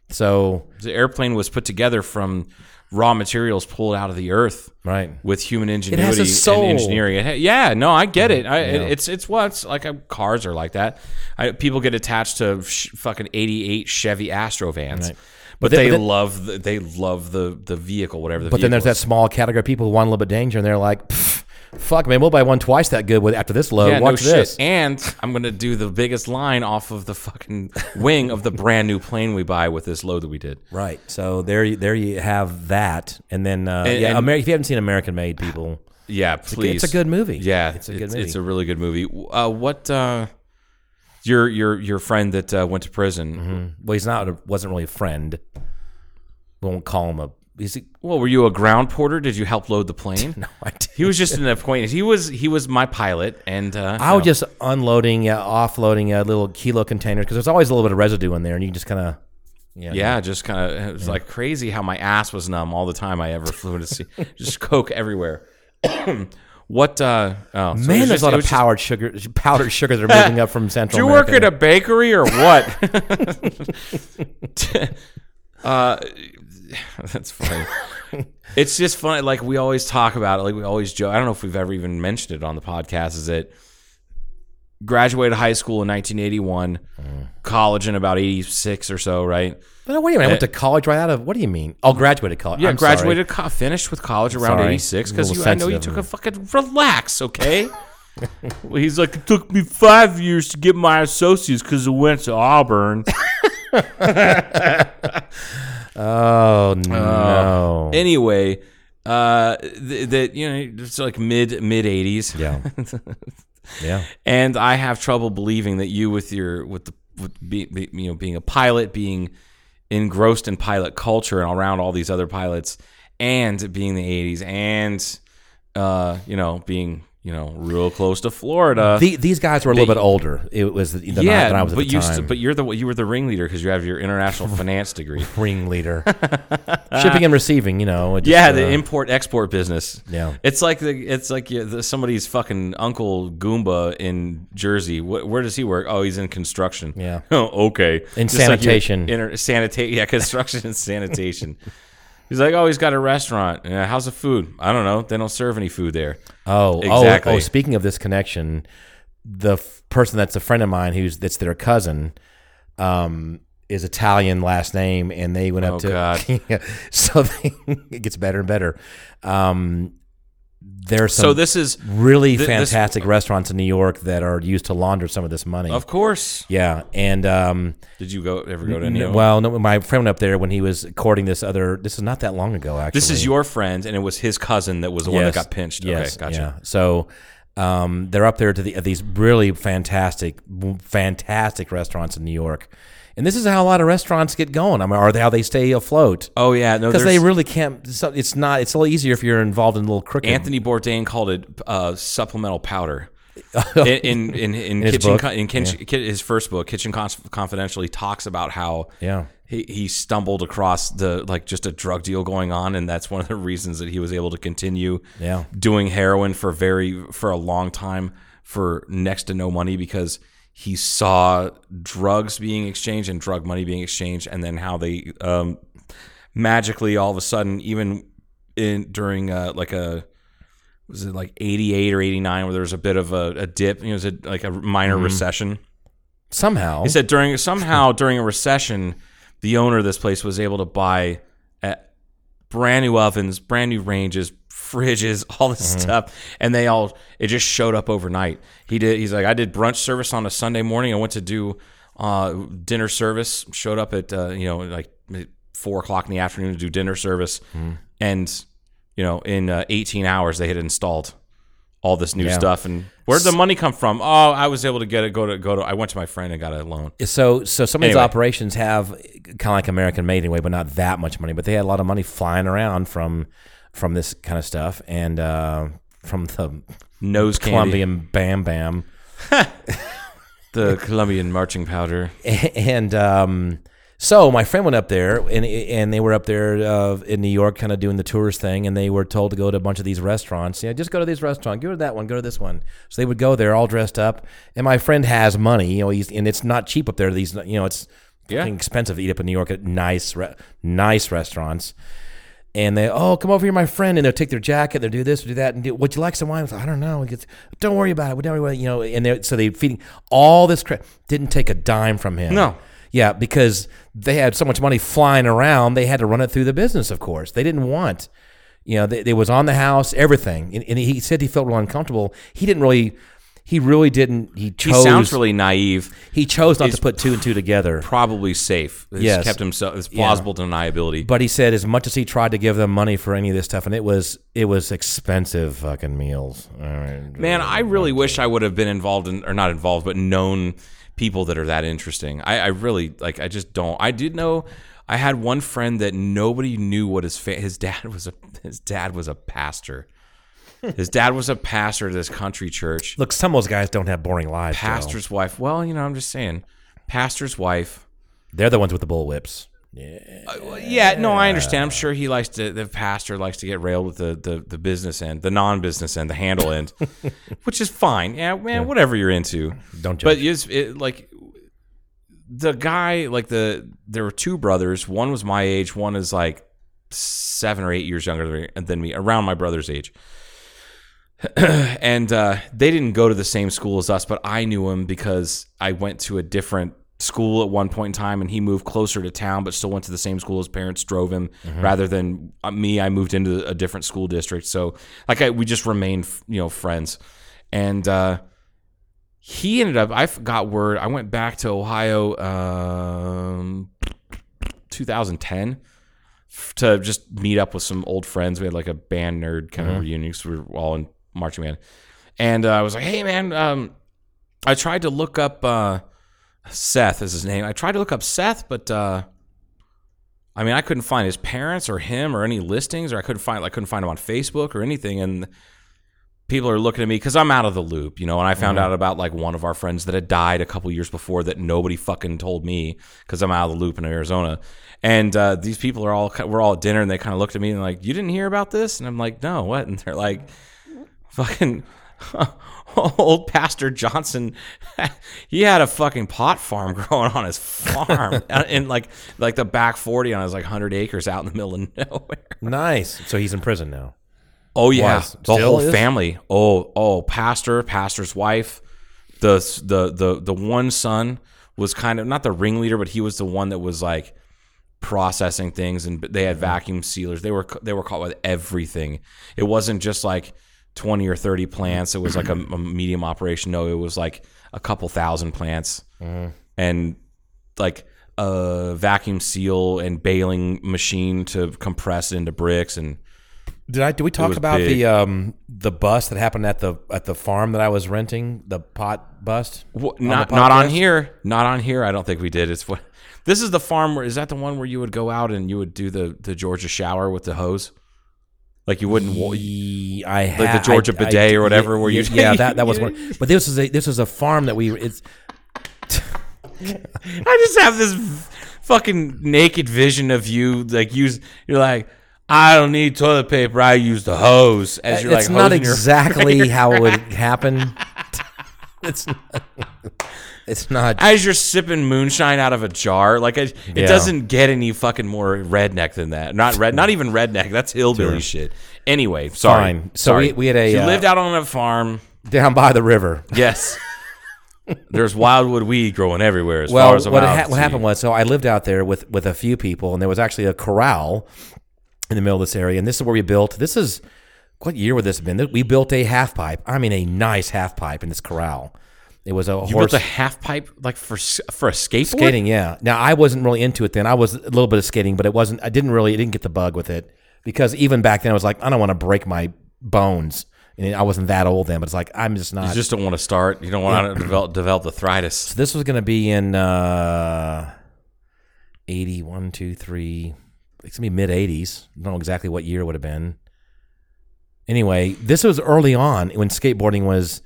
So
the airplane was put together from raw materials pulled out of the earth.
right,
with human ingenuity
has a soul.
and engineering. It ha- yeah, no, I get it. I, it it's it's what's like uh, cars are like that. I, people get attached to sh- fucking '88 Chevy Astro vans, but,
then-
they
but then-
love the, they love the the vehicle, whatever. The
but then there's
vehicle
that small category of people who want a little bit of danger, and they're like, "Pff, "Fuck, man, we'll buy one twice that good with after this load.
is. yeah, no
Watch this."
shit. And I'm gonna do the biggest line off of the fucking wing of the brand new plane we buy with this load that we did.
Right. So there, you- there you have that, and then uh,
And-
yeah,
and-
Ameri- if you haven't seen American Made, people,
Yeah, please.
it's a good movie.
Yeah,
it's a good movie.
It's a really good movie. Uh, what uh, your your your friend that uh, went to prison?
Mm-hmm. well, he's not a, wasn't really a friend. We won't call him a. He's a,
Well, were you a ground porter? Did you help load the plane?
no, I did.
He was just an acquaintance. He was he was my pilot, and uh,
I was just unloading, uh, offloading uh, little kilo containers because there's always a little bit of residue in there, and you can just kind of
yeah, just kind of it was like crazy how my ass was numb all the time I ever flew into sea. just coke everywhere. what? Uh, oh, so it was
man,
just-
there's a
it
lot of
was just-
powdered sugar, powdered sugar that are moving up from
Do
Central.
you
America.
work at a bakery or what? uh, that's funny. it's just funny. Like we always talk about it. Like we always joke. I don't know if we've ever even mentioned it on the podcast. Is that graduated high school in 1981,
Mm.
college in about 86 or so, right?
But no, wait a minute. I went to college right out of. What do you mean? Oh, graduated college.
Yeah,
I'm sorry.
graduated, co- finished with college around
Sorry.
86
A little
because I know you
sensitive.
took a fucking relax, okay? Well, He's like, it took me five years to get my associates because I went to Auburn.
Oh no.
anyway, uh, th- that you know, it's like mid mid eighties.
yeah. yeah.
and I have trouble believing that you, with your with the with be, be, you know being a pilot, being engrossed in pilot culture and around all these other pilots, and it being the '80s, and uh, you know, being you know real close to Florida.
The, these guys were a little bit older. It was the, the yeah, than I was at
but
the
you,
time.
st- but you're the you were the ringleader because you have your international finance degree.
ringleader, shipping and receiving. You know, it just,
Yeah,
uh,
the import export business.
Yeah.
it's like the it's like yeah, the, somebody's fucking uncle Goomba in Jersey. Wh- where does he work? Oh, he's in construction.
Yeah.
Oh, okay. your
In sanitation.
inter, sanita- Yeah, construction and sanitation. He's like, oh, he's got a restaurant. Yeah, how's the food? I don't know. They don't serve any food there.
Oh,
Exactly.
Oh, oh, speaking of this connection, the f- person that's a friend of mine who's that's their cousin, um, is Italian last name, and they went up
Oh,
to.
God.
Yeah. so they, it gets better and better. Um, there's some
So this is
really
thi- this-
fantastic restaurants in New York that are used to launder some of this money.
of course.
yeah, and um,
Did you go ever go to any?
n-
of them?
well, no, my friend went up there when he was courting this other. This is not that long ago, actually.
This is your friend, and it was his cousin that was the one that got pinched.
Yes,
okay, gotcha.
yeah. So um, they're up there to the, at these really fantastic, fantastic restaurants in New York, and this is how a lot of restaurants get going. I mean, or how they stay afloat
Oh yeah, no,
because
there's-
they really can't. so It's not. It's a little easier if you're involved in a little crooked.
Anthony Bourdain called it uh, supplemental powder. in in in, in,
his
kitchen,
book?
Con- in kitchen, Ki- his first book, Kitchen Con- Confidential, he talks about how
Yeah.
he, he stumbled across the like just a drug deal going on, and that's one of the reasons that he was able to continue
Yeah.
doing heroin for very for a long time for next to no money because he saw drugs being exchanged and drug money being exchanged, and then how they um, magically all of a sudden even in during uh, like a was it like 88 or 89 where there was a bit of a, a dip you know it was a, like a minor recession
Somehow,
he said during somehow during a recession the owner of this place was able to buy uh brand new ovens brand new ranges fridges all this stuff and they all it just showed up overnight he did he's like i did brunch service on a sunday morning i went to do uh, dinner service showed up at uh, you know like four o'clock in the afternoon to do dinner service and you know in uh, 18 hours they had installed all this new stuff and where'd the money come from oh i was able to get it go to go to i went to my friend and got a loan
so so some of these
Anyway.
operations have kind of like American Made anyway, but not that much money. But they had a lot of money flying around from from this kind of stuff and uh, from the
nose candy
Colombian Bam Bam.
the colombian marching powder
and um, so my friend went up there, and and they were up there uh, in New York, kind of doing the tourist thing, and they were told to go to a bunch of these restaurants. Yeah, just go to this restaurant, go to that one, go to this one. So they would go there all dressed up, and my friend has money, you know, he's and it's not cheap up there. These, you know, it's
Yeah.
fucking expensive to eat up in New York at nice, re- nice restaurants. And they, oh, come over here, my friend. And they'll take their jacket, they'll do this, do that. And do, would you like some wine? I, was like, I don't know. We could- don't worry about it. We don't worry about it. You know, and they so they feeding all this crap. Didn't take a dime from him.
No.
Yeah, because they had so much money flying around, they had to run it through the business, of course. They didn't want, you know, they, they was on the house, everything. And, and he said he felt real uncomfortable. He didn't really, he really didn't, he
he
chose.
sounds really naive
he chose not
he's-
to put two and two together.
probably safe he's
Yes.
kept himself it's plausible deniability
But he said as much as he tried to give them money for any of this stuff, and it was it was expensive fucking meals. All right.
Man, I really wish I would have been involved in, or not involved, but known people that are that interesting. I, I really like. I just don't. I did know. I had one friend that nobody knew what his fa- his dad was a his dad was a pastor. His dad was a pastor at this country church.
Look, some of those guys don't have boring lives. Joe.
Pastor's wife. Well, you know, I'm just saying. Pastor's wife.
they're the ones with the bull whips.
Yeah, no, I understand. I'm sure he likes to. The pastor likes to get railed with the the, the business end, the non business end, the handle end, which is fine. Yeah, man, whatever you're into.
Don't judge.
But it's it, like the guy, like the there were two brothers. One was my age. One is like seven or eight years younger than me- than me, around my brother's age. and uh, they didn't go to the same school as us, but I knew him because I went to a different school at one point in time, and he moved closer to town, but still went to the same school. His parents drove him rather than uh, me. I moved into a different school district, so like I, we just remained, f- you know, friends. And uh, he ended up. I f- got word. I went back to Ohio, um, 2010 to just meet up with some old friends. We had like a band nerd kind of reunion because we were all in marching band. And uh, I was like, hey, man, um, I tried to look up uh, Seth is his name. I tried to look up Seth, but uh, I mean, I couldn't find his parents or him or any listings, or I couldn't find I couldn't find him on Facebook or anything. And people are looking at me because I'm out of the loop, you know. And I found out about like one of our friends that had died a couple years before that nobody fucking told me because I'm out of the loop in Arizona. And uh, these people are all we're all at dinner and they kind of looked at me and like, you didn't hear about this? And I'm like, no, what? And they're like, fucking. Old Pastor Johnson, he had a fucking pot farm growing on his farm, and like like the back forty on his like hundred acres out in the middle of nowhere.
Nice. So he's in prison now.
Oh yeah,
Was.
the
Still
whole
is?
family. Oh oh, pastor, pastor's wife, the the the the one son was kind of not the ringleader, but he was the one that was like processing things, and they
Mm-hmm.
had vacuum sealers. They were they were caught with everything. It wasn't just like twenty or thirty plants. It was like a, a medium operation. No, it was like a couple thousand plants,
Mm-hmm.
and like a vacuum seal and baling machine to compress it into bricks and.
Did I? Did we talk
was
about
big.
the um the bust that happened at the at the farm that I was renting? The pot bust.
Wha-
the
not not on
podcast?
here. Not on here. I don't think we did. It's what this is the farm where is that the one where you would go out and you would do the the Georgia shower with the hose, like you wouldn't. wa-
Ye- I ha-
Like the Georgia
I- I-
bidet or whatever
yeah,
where you-
yeah that that was one. But this is a this is a farm that we it's
I just have this v- fucking naked vision of you like use. You're like. I don't need toilet paper. I use the hose as you're like.
Uh, it's not
hosing your-
exactly how it would happen. it's not, it's not
as you're sipping moonshine out of a jar. Like it, it
Yeah.
doesn't get any fucking more redneck than that. Not red, not even redneck. That's hillbilly
Sure.
shit. Anyway, sorry.
Uh, Fine. So
Sorry.
we- we had a,
She
uh,
lived out on a farm.
down by the river.
Yes. There's wildwood weed growing everywhere. As
Well,
far as I'm
what,
out
ha-
to
what
see.
happened was, so I lived out there with with a few people, and there was actually a corral in the middle of this area, and this is where we built. This is what year would this have been? We built a half pipe. I mean, a nice half pipe in this corral. It was a
you
horse
built a half pipe like for s- for a skateboard.
skating. Yeah. Now I wasn't really into it then. I was a little bit of skating, but it wasn't. I didn't really. I didn't get the bug with it because even back then I was like, I don't want to break my bones, and I wasn't that old then. But it's like I'm just not.
You just don't want to start. You don't want to develop develop arthritis.
So this was going to be in uh, 80, 1, 2, 3. It's going to be mid 80s. I don't know exactly what year it would have been. Anyway, this was early on when skateboarding was.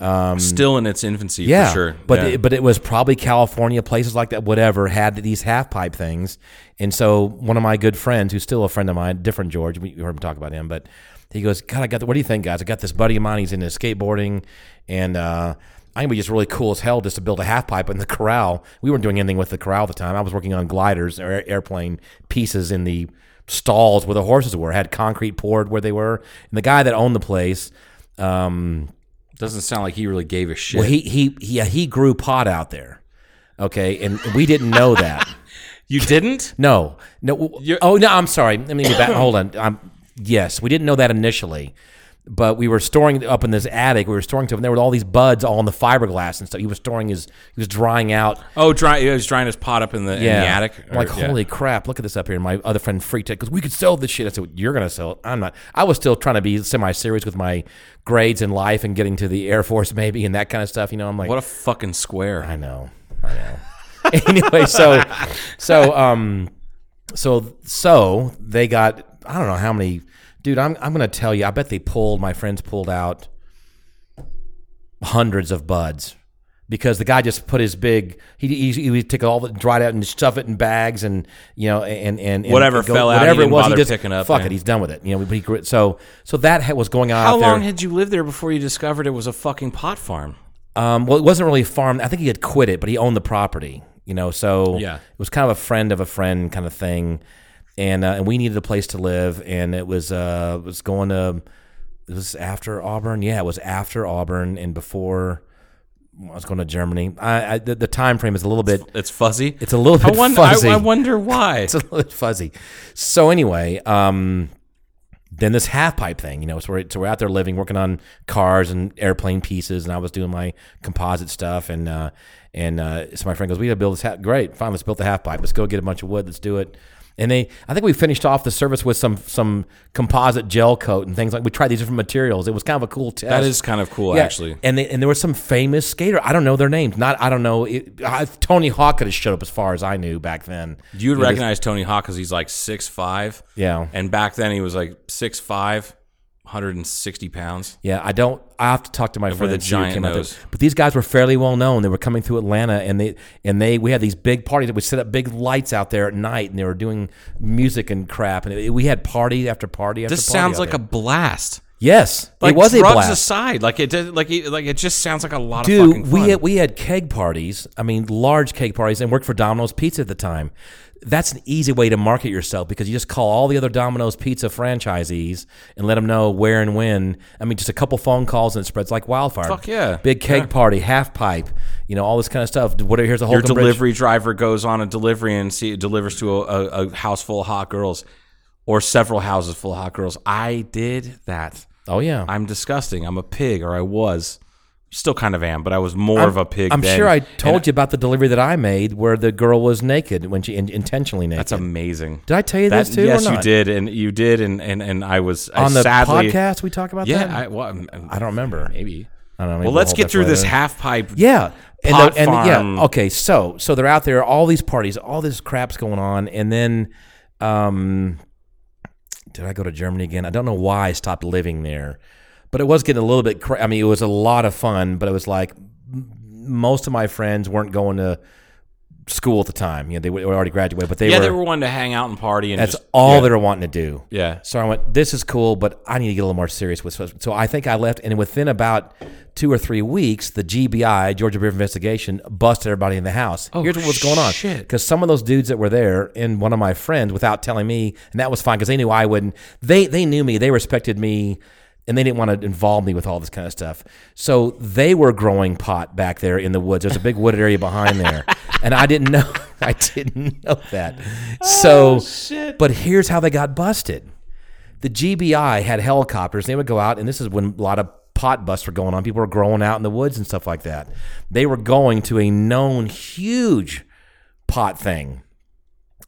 Um,
Still in its infancy,
yeah,
for sure.
but
Yeah.
It, but it was probably California, places like that, whatever, had these half pipe things. And so one of my good friends, who's still a friend of mine, different George, we you heard him talk about him, but he goes, God, I got. The, what do you think, guys? I got this buddy of mine. He's into skateboarding, and uh, I'm gonna be just really cool as hell just to build a half pipe in the corral. We weren't doing anything with the corral at the time. I was working on gliders or airplane pieces in the stalls where the horses were. had concrete poured where they were, and the guy that owned the place. Um,
doesn't sound like he really gave a shit.
well, he he he, yeah, he grew pot out there. Okay, and we didn't know that.
you didn't?
No, no. w-
You're-
oh no, I'm sorry. Let me get back. Hold on. i yes, we didn't know that initially, but we were storing it up in this attic. We were storing stuff, and there were all these buds all in the fiberglass and stuff. He was storing his. He was drying out
Oh, dry, he was drying his pot up in the, in the attic.
I'm like,
Or- yeah.
holy crap, look at this up here. And my other friend freaked out because we could sell this shit. I said, you're going to sell it. I'm not. I was still trying to be semi serious with my grades in life and getting to the Air Force, maybe, and that kind of stuff. You know, I'm like,
What a fucking square.
I know. I know. anyway, so so um so so they got I don't know how many dude, I'm I'm gonna tell you, I bet they pulled my friends pulled out hundreds of buds. Because the guy just put his big, he, he, he would take all the dried out and stuff it in bags and you know and and, and
Whatever
and go,
fell out, he
whatever
didn't
it was, he
bother
just
picking up,
fuck
yeah.
it, he's done with it. You know, but he grew it. So so that ha- was going on.
How
out there.
long had you lived there before you discovered it was a fucking pot farm?
Um, well, it wasn't really a farm. I think he had quit it, but he owned the property. You know, so
Yeah.
it was kind of a friend of a friend kind of thing, and uh, and we needed a place to live, and it was uh it was going to it was after Auburn, yeah, it was after Auburn and before I was going to Germany. I, I the, the time frame is a little bit
It's fuzzy.
It's a little
I
bit
wonder, I-
fuzzy.
I, wonder why.
it's a little bit fuzzy. So anyway, um, then this half pipe thing, you know, so we're, so we're out there living, working on cars and airplane pieces, and I was doing my composite stuff, and uh, and uh, so my friend goes, "We got to build this. Ha- Great, fine, let's build the half pipe. Let's go get a bunch of wood. Let's do it." And they, I think we finished off the service with some some composite gel coat and things like. We tried these different materials. It was kind of a cool test.
That is kind of cool,
Yeah,
actually.
And they, and there was some famous skater. I don't know their names. Not I don't know. It, I, Tony Hawk could have showed up as far as I knew back then.
You would
It is-
recognize Tony Hawk because he's like six five.
Yeah.
And back then he was like six five, 160 pounds.
Yeah, I don't. I have to talk to my friend
the
and see who
giant
came out there.
nose.
But these guys were fairly well known. They were coming through Atlanta, and they and they we had these big parties that we set up big lights out there at night, and they were doing music and crap, and it, we had party after party after.
This
party
sounds
out
like
there.
a blast.
yes.
Like
it was a
drugs
blast.
aside, like it did, like it, like it just sounds like a lot of
Dude,
fucking
we
fun.
had, we had keg parties. I mean, large keg parties, and worked for Domino's Pizza at the time. That's an easy way to market yourself because you just call all the other Domino's Pizza franchisees and let them know where and when. I mean, just a couple phone calls and it spreads like wildfire.
Fuck yeah.
Big keg party, half pipe, you know, all this kind of stuff. Whatever. Here's a whole
your delivery driver goes on a delivery and see, delivers to a, a, a house full of hot girls or several houses full of hot girls. I did that.
Oh yeah.
I'm disgusting. I'm a pig, or I was. Still kind of am, but I was more of a pig.
I'm
then.
sure I
And
told you about the delivery that I made where the girl was naked when she in, intentionally naked.
That's amazing.
Did I tell you this too or
Yes,
not?
you did, and you did, and and, and I was I
on the
sadly,
podcast we talk about
Yeah,
that.
I, well, I'm- I'm-
I don't remember.
Maybe.
I don't know. maybe
Well,
we'll
let's
hold that
get
for
through this
later.
half pipe.
Yeah. And,
Pot
the- and the-
farm.
yeah, okay. So so they're out there, all these parties, all this crap's going on, and then um did I go to Germany again? I don't know why I stopped living there. But it was getting a little bit cra- I mean, it was a lot of fun, but it was like m- most of my friends weren't going to school at the time. You know, they were they were already graduated, but they
yeah,
were
they were wanting to hang out and party, and
that's
just,
all they were wanting to do.
Yeah.
So I went, this is cool, but I need to get a little more serious with this. So I think I left, and within about two or three weeks, the GBI, Georgia Bureau of Investigation, busted everybody in the house. Here's what was going on.
shit.
Because some of those dudes that were there, and one of my friends, without telling me, and that was fine because they knew I wouldn't. They they knew me. They respected me. And they didn't want to involve me with all this kind of stuff. So they were growing pot back there in the woods. There's a big wooded area behind there. And I didn't know I didn't know that. So but here's how they got busted the GBI had helicopters. They would go out, and this is when a lot of pot busts were going on. People were growing out in the woods and stuff like that. They were going to a known huge pot thing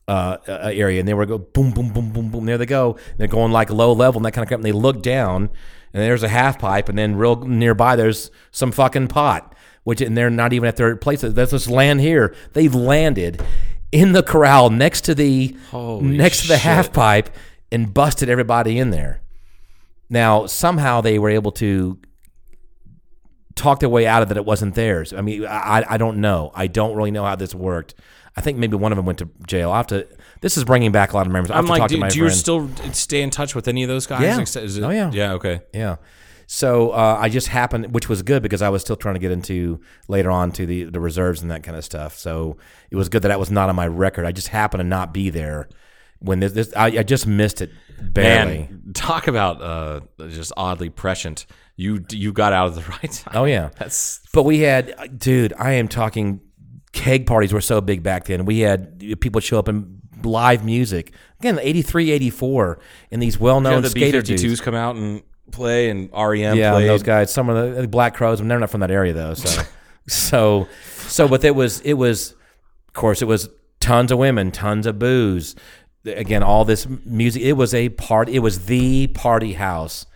uh, uh, area, and they were go boom, boom, boom, boom, boom. There they go. And they're going like low level and that kind of crap. And they look down, and there's a half pipe, and then real nearby there's some fucking pot. Which and they're not even at their place. That's just land here. They've landed in the corral next to the next to the half pipe and busted everybody in there. Now somehow they were able to talk their way out of that it wasn't theirs. I mean, I, I don't know. I don't really know how this worked. I think maybe one of them went to jail. I have to. This is bringing back a lot of memories. I have
I'm
to
like,
talk
do,
to my
do you
friend.
still stay in touch with any of those guys?
Yeah.
Except- is it-
Oh, yeah.
Yeah. Okay.
yeah. So uh, I just happened, which was good because I was still trying to get into later on to the, the reserves and that kind of stuff. So it was good that that was not on my record. I just happened to not be there when this. this I, I just missed it barely.
Man, talk about uh, just oddly prescient. You you got out of the right time.
Oh yeah,
That's-
But we had, dude. I am talking. Keg parties were so big back then. We had people show up in live music again, 83, 84, and these well-known
the
skater
B-52s
dudes.
come out and play, and REM
Yeah, and
played.
those guys. Some of the the Black Crows. and They're not from that area though. So, so, so. But it was, it was, of course, it was tons of women, tons of booze. Again, all this music. It was a party. It was the party house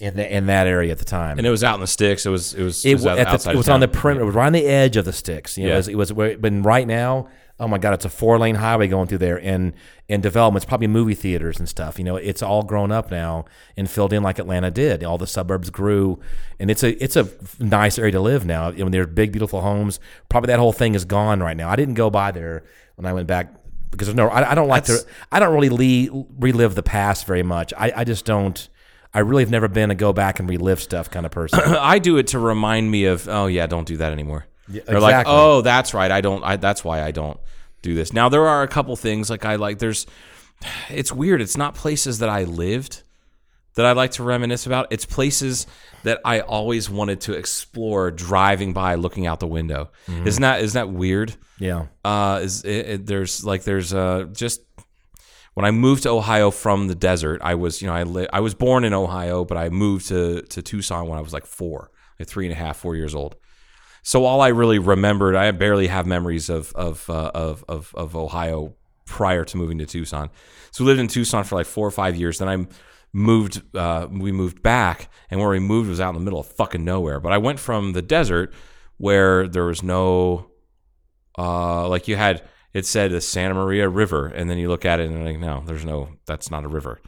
in the, in that area at the time.
and it was out in the sticks. It was it was
It,
was,
wa-
out,
at the-
outside
it
of
was on the
town.
perimeter. It was right on the edge of the sticks. You
Yeah.
know, it was, it was where, but right now, oh my God, it's a four lane highway going through there and, and developments, probably movie theaters and stuff. You know, it's all grown up now and filled in like Atlanta did. All the suburbs grew and it's a, it's a nice area to live now. I mean, there are big, beautiful homes. Probably that whole thing is gone right now. I didn't go by there when I went back because there's no, I, I don't like to, I don't really le- relive the past very much. I, I just don't, I really have never been a go back and relive stuff kind of person.
I do it to remind me of oh yeah, don't do that anymore. They're like
exactly.
oh that's right, I don't. I, that's why I don't do this. Now there are a couple things like I like. There's it's weird. It's not places that I lived that I like to reminisce about. It's places that I always wanted to explore driving by, looking out the window. Isn't that isn't that weird?
yeah.
uh, is it, it, there's like there's uh, just when I moved to Ohio from the desert, I was you know I li- I was born in Ohio, but I moved to to Tucson when I was like four, like three and a half, four years old. So all I really remembered, I barely have memories of of uh, of, of of Ohio prior to moving to Tucson. So we lived in Tucson for like four or five years. Then I moved, uh, we moved back, and where we moved was out in the middle of fucking nowhere. But I went from the desert where there was no, uh, like you had, it said the Santa Maria River, and then you look at it and you're like, no, there's no, that's not a river.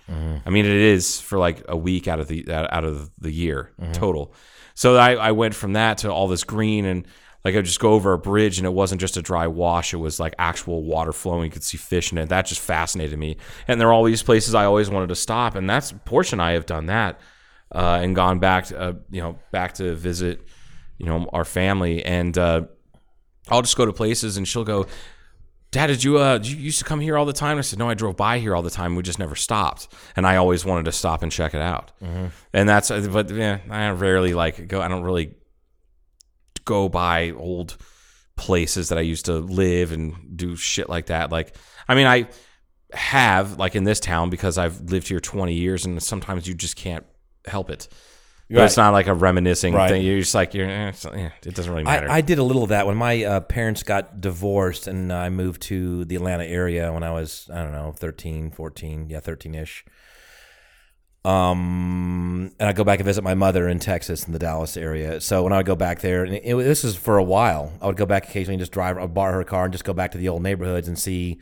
I mean, it is for like a week out of the out of the year total. So I, I went from that to all this green and like I would just go over a bridge and it wasn't just a dry wash. It was like actual water flowing. You could see fish in it. That just fascinated me. And there are all these places I always wanted to stop. And that's Portia and I have done that uh, and gone back, to, uh, you know, back to visit, you know, our family. And uh, I'll just go to places and she'll go, Dad, did you uh, did you used to come here all the time? I said, No, I drove by here all the time. We just never stopped, and I always wanted to stop and check it out.
Mm-hmm.
And that's, uh, but yeah, I rarely like go. I don't really go by old places that I used to live and do shit like that. Like, I mean, I have like in this town because I've lived here twenty years, and sometimes you just can't help it. But it's
Right.
not like a reminiscing
Right.
thing. You're just like you're. Eh, it's- eh, it doesn't really matter.
I, I did a little of that when my uh, parents got divorced and I moved to the Atlanta area when I was, I don't know, 13, 14, yeah, 13 ish. Um, and I go back and visit my mother in Texas in the Dallas area. So when I would go back there, and it, this is for a while, I would go back occasionally and just drive, I'd borrow her car and just go back to the old neighborhoods and see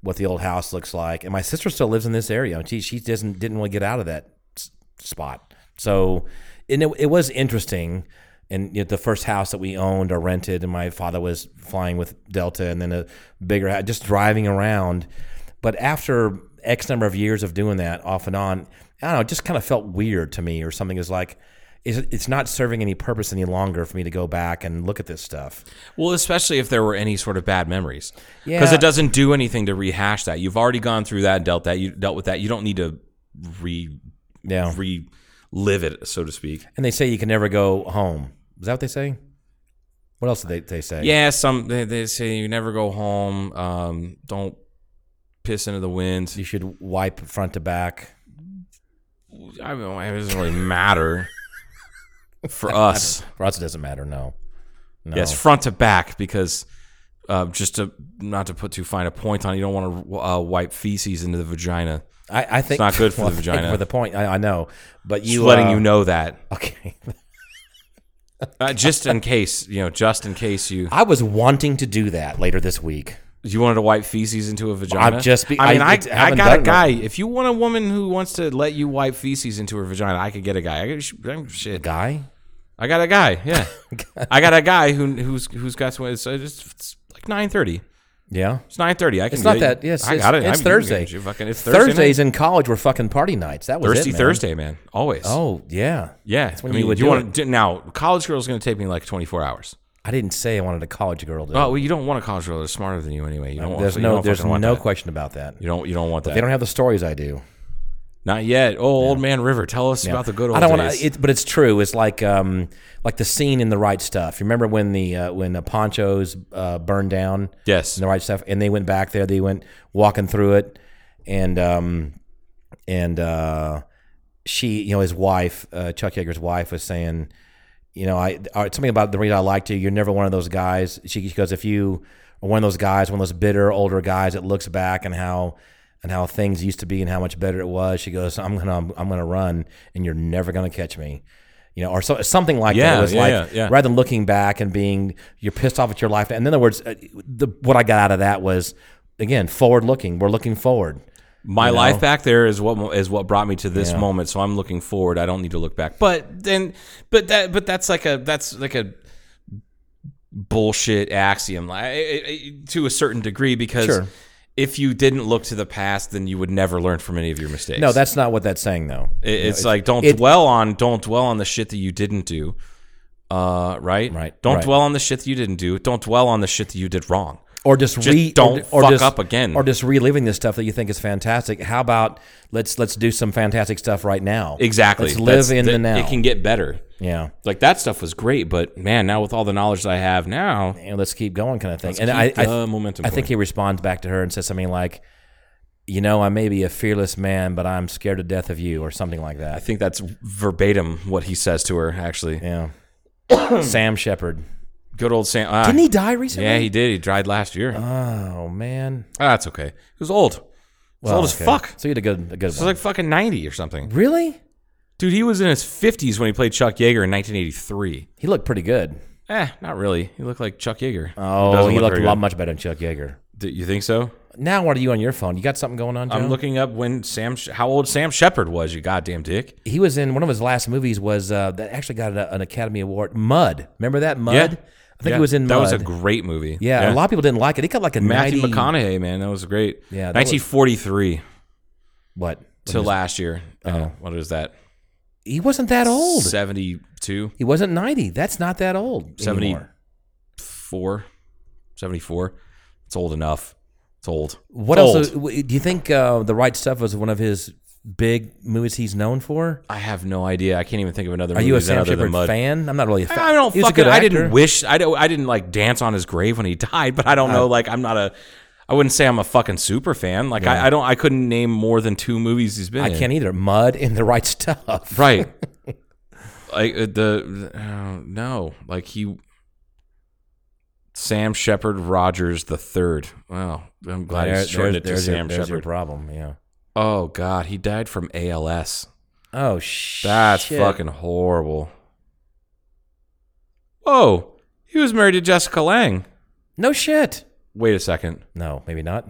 what the old house looks like. And my sister still lives in this area. and She she doesn't didn't really get out of that s- spot. So, and it, it was interesting. And you know, the first house that we owned or rented, and my father was flying with Delta, and then a bigger house, just driving around. But after X number of years of doing that off and on, I don't know, it just kind of felt weird to me, or something is like. It's it's not serving any purpose any longer for me to go back and look at this stuff.
Well, especially if there were any sort of bad memories, because
Yeah.
it doesn't do anything to rehash that. You've already gone through that, dealt that, you dealt with that. You don't need to re
Yeah.
relive it, so to speak.
And they say you can never go home. Is that what they say? What else do they, they say?
Yeah, some they, they say you never go home. Um, don't piss into the
You
wind.
should wipe front to back.
I mean, it doesn't really matter for us.
For us, it doesn't matter. No. No.
Yes, front to back because uh, just to not to put too fine a point on, it, you don't want to uh, wipe feces into the vagina.
I, I think
not good for
well,
the
thank you
vagina.
For the point, I, I know, but you
Just letting
uh,
you know that.
Okay,
Uh, just in case, you know, just in case you
I was wanting to do that later this week.
you wanted to wipe feces into a vagina.
I'm just be-
I mean,
I-
I,
it's-
I,
haven't
got
done
a
it.
guy. If you want a woman who wants to let you wipe feces into her vagina, I could get a guy. I could, shit,
Guy,
I got a guy. Yeah, I got a guy who who's who's got some. It's, it's, it's like nine thirty.
yeah,
It's nine thirty. I can.
it's not
get it.
that. Yes,
I got it.
it's, It's
I'm- you can-
Thursday.
you fucking- it's Thursday. night.
Thursdays in college were fucking party nights. That was
Thirsty
it, man.
Thursday, man. Always.
Oh yeah,
yeah.
when
I mean,
you would
you
do
want to, now? College girl's going to take me like twenty four hours.
I didn't say I wanted a college girl. To,
Oh, well, you don't want a college girl. They're smarter than you anyway. You don't. want-
there's
you
no,
don't
there's
fucking want
no
that.
question about that.
You don't. You don't want that.
They don't have the stories I do.
Not yet. Oh, old man River, tell us
Yeah.
about the good old
I don't wanna-
days.
it, but it's true. It's like um, like the scene in the right stuff. You remember when the uh, when the ponchos uh, burned down?
Yes.
in the right stuff, and they went back there. They went walking through it, and um, and uh, she, you know, his wife, uh, Chuck Yeager's wife, was saying, you know, I or something about the reason I liked you. You're never one of those guys. She, she goes, if you are one of those guys, one of those bitter older guys that looks back and how and how things used to be and how much better it was. She goes, I'm gonna I'm, gonna run, and you're never gonna catch me. You know, or so, something like that.
Yeah,
It was
yeah,
like
yeah, yeah.
rather than looking back and being you're pissed off at your life. And in other words, uh, the, what I got out of that was again forward looking. We're looking forward.
My life back there is what is what brought me to this moment. So I'm looking forward. I don't need to look back. But then, but that, but that's like a that's like a bullshit axiom like, I- I- I- to a certain degree because
Sure.
if you didn't look to the past, then you would never learn from any of your mistakes.
No, that's not what that's saying though.
It- it's like don't
it-
dwell on don't dwell on the shit that you didn't do. Uh, right,
Right,
Don't
right.
dwell on the shit that you didn't do. Don't dwell on the shit that you did wrong.
or just,
Just
re,
don't
or, or
fuck
just,
up again.
or just reliving this stuff that you think is fantastic. How about let's let's do some fantastic stuff right now?
Exactly.
Let's live
That's-
in
that-
the now.
It can get better.
yeah.
Like that stuff was great, but man, now with all the knowledge that I have now,
You know, let's keep going, kind of thing. and
keep
I,
the
I,
momentum
I think he responds back to her and says something like, "You know, I may be a fearless man, but I'm scared to death of you," or something like
I
that.
think that's verbatim what he says to her. Actually,
Yeah. Sam Shepard.
Good old Sam. Ah,
Didn't he die recently?
Yeah, he did. He died last year.
Oh man,
Ah, that's okay. He was old. He was old as
okay.
fuck.
So you had a good, a good
He was
one.
like fucking 90 or something.
really?
Dude, he was in his 50s when he played Chuck Yeager in 1983.
He looked pretty good.
Eh, not really. He looked like Chuck Yeager.
Oh,
Doesn't
he
look
looked a
very
lot
good.
much better than Chuck Yeager.
D- you think so?
Now, what are you on your phone? You got something going on? Joe?
I'm looking up when Sam, Sh- how old Sam Shepard was, you goddamn dick.
He was in one of his last movies was uh, that actually got a, an Academy Award. Mud. Remember that Mud? I think
Yeah,
he was in
That
Mud.
was a great movie.
yeah, a lot of people didn't like it. He got like a
Matthew
90,
McConaughey, man, that was great.
Yeah, that was-
1943
What?
to last year. Uh, what is that?
He wasn't that old.
72,
He wasn't ninety. That's not that old.
70.
anymore.
4, 74. It's old enough. It's old.
What
It's
else?
old.
w- Do you think uh, the right stuff was one of his big movies he's known for?
I have no idea. I can't even think of another.
Are you a
movie than
Sam
other than
Shepard
Mud.
fan? I'm not really a fan.
I don't
He was a
fucking.
good
I
actor.
didn't wish. I don't. I didn't like dance on his grave when he died. But I don't
Uh.
know. Like I'm not a. I wouldn't say I'm a fucking super fan. Like I, I don't. I couldn't name more than two movies he's been.
I
in.
can't either. Mud and the right stuff.
Right. like uh, the uh, no. Like he. Sam Shepard Rogers the third. Wow, I'm glad
There-
he's shortened it to
there's- there's your-
Sam
there's your
Shepard.
problem. Yeah.
Oh God, he died from ALS.
Oh shit.
That's fucking horrible. Whoa, he was married to Jessica Lang.
No shit.
Wait a second.
No, maybe not.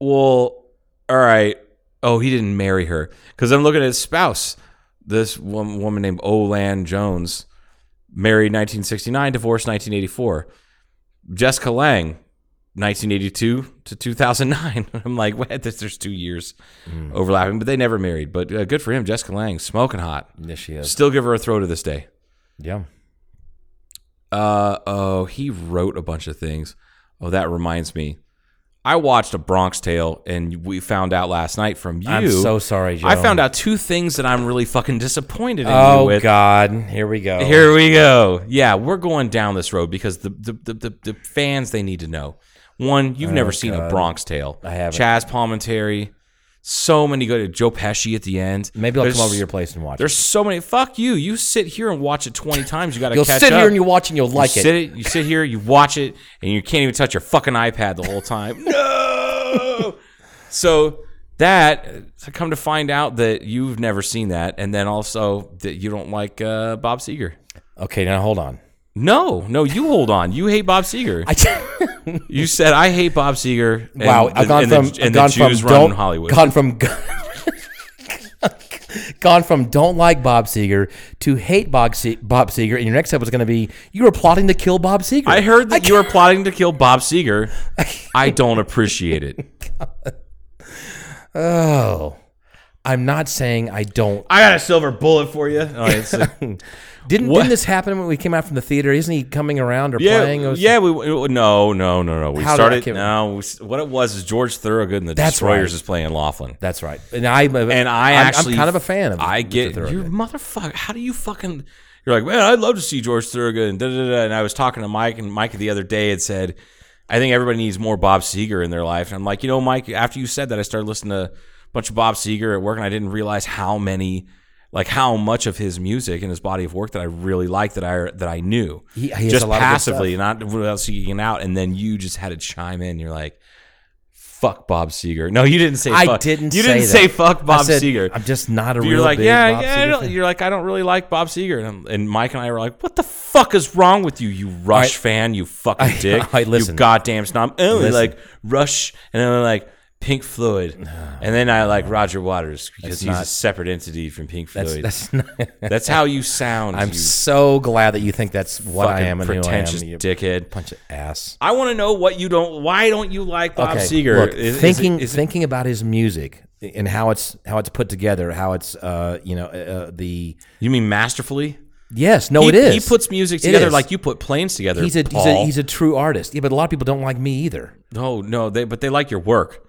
Well, all right. Oh, he didn't marry her because I'm looking at his spouse. This one woman named Olan Jones, married 1969, divorced 1984. Jessica Lang, 1982 to 2009. I'm like, what? There's there's two years overlapping, but they never married. But uh, good for him, Jessica Lang, smoking hot.
Yes, she is.
Still give her a throw to this day.
Yeah.
Uh oh, he wrote a bunch of things. Oh, that reminds me. I watched a Bronx Tale, and we found out last night from you.
I'm so sorry, Joe.
I found out two things that I'm really fucking disappointed in you
Oh
with.
God, here we go.
Here we go. Yeah, we're going down this road because the the, the, the, the fans they need to know. One, you've never seen a Bronx Tale. I
Oh, haven't.
Chaz Palminteri, so many good. Joe Pesci at the end.
Maybe I'll
There's-
come over to your place and watch. it.
There's so many. Fuck you. You sit here and watch it 20 times. You got to
You'll
catch
sit
up.
here and you watch and you'll
You
like
sit
it.
You sit here, you watch it, and you can't even touch your fucking iPad the whole time. no. So that I come to find out that you've never seen that, and then also that you don't like uh, Bob Seger.
Okay, now hold on.
No, no, you hold on. You hate Bob Seger. you said I hate Bob Seger. and
wow,
the-
I've gone
and
from
the, and
gone
the Jews
from
run
don't
Hollywood.
gone from gone from don't like Bob Seger to hate Bob, Se- Bob Seger, and your next step was going to be you were plotting to kill Bob Seger.
I heard that you were plotting to kill Bob Seger. I don't appreciate it.
Oh, I'm not saying I don't.
I got a silver bullet for you. Oh, it's a-
Didn't,
What?
didn't this happen when we came out from the theater? Isn't he coming around or
Yeah,
playing? It was-
yeah. We no, no, no, no. We
How did I
started.
keep-
No, we s- what it was is George Thorogood and the
That's
Destroyers
right.
is playing Laughlin,
that's right. And I uh,
and I
I'm,
actually
I'm kind of a fan of.
I
Mr.
get you,
Thorogood.
motherfucker. How do you fucking? You're like, man, I'd love to see George Thorogood and da da da. And I was talking to Mike, and Mike the other day had said, I think everybody needs more Bob Seger in their life. And I'm like, you know, Mike. After you said that, I started listening to a bunch of Bob Seger at work, and I didn't realize how many. Like how much of his music and his body of work that I really liked that I that I knew
He- he has
just
a lot of good
passively, not without seeking out, and then you just had to chime in. You're like, "Fuck Bob Seger." No, you didn't say.
I
fuck.
didn't.
You
say
didn't
that.
say fuck Bob
I said,
Seger.
I'm just not a
But
real
you're like,
big
yeah,
Bob
yeah. I
Seger
don't-
fan.
you're like, I don't really like Bob Seger, and, I'm- and Mike and I were like, what the fuck is wrong with you, you Rush
I-
fan, you fucking
I-
dick,
I listen.
you goddamn snob. And we're
Listen.
like Rush, and then we're like Pink Floyd, and then I like Roger Waters because he's a
not-
separate entity from Pink Floyd.
That's,
That's,
that's not,
how you sound.
I'm
you
so glad that you think that's what I
fucking
am and who I am.
pretentious
You
dickhead.
bunch of ass.
I want to know what you don't. Why don't you like Bob
okay,
Seger?
look,
Is- is it-
thinking
is it-
thinking about his music and how it's how it's put together, how it's uh you know uh, the
you mean masterfully?
yes, no,
he,
it is.
He puts music
It
together
is.
like you put planes together.
He's a, he's a
Paul.
he's a true artist. Yeah, but a lot of people don't like me either.
no, no. They but they like your work.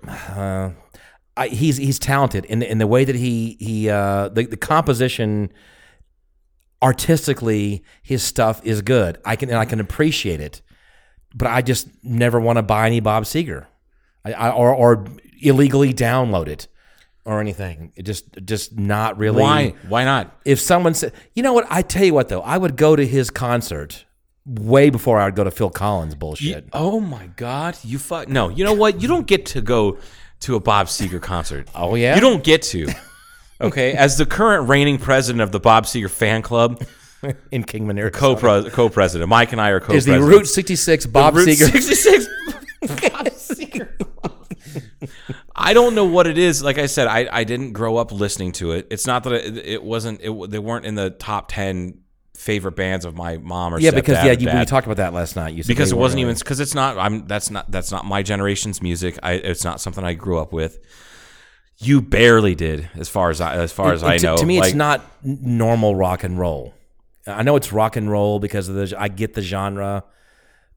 I, he's he's talented in the, in the way that he he uh, the the composition artistically his stuff is good. I can and I can appreciate it, but I just never want to buy any Bob Seger, I, I, or or illegally download it or anything. It just just not really
Why? Why not?
if someone said, you know what, I tell you what though, I would go to his concert way before I would go to Phil Collins bullshit.
You- oh my God! You fuck no. You know what? You don't get to go to a Bob Seger concert.
Oh, yeah?
You don't get to. Okay, as the current reigning president of the Bob Seger fan club,
in Kingman, Arizona.
co co president, Mike and I are co
is the
president.
Route 66 Bob Seger.
sixty six. I don't know what it is. Like I said, I, I didn't grow up listening to it. It's not that it, it wasn't. It, they weren't in the top ten favorite bands of my mom or
yeah, because
stepdad
yeah,
or
you, we
dad.
talked about that last night. You said
because
they
it wasn't
weren't
even because it's not i'm that's not that's not my generation's music i it's not something i grew up with you barely did as far as i as far as
It-
i
to,
know
to me,
Like,
it's not n- normal rock and roll. I know it's rock and roll because of the. I get the genre,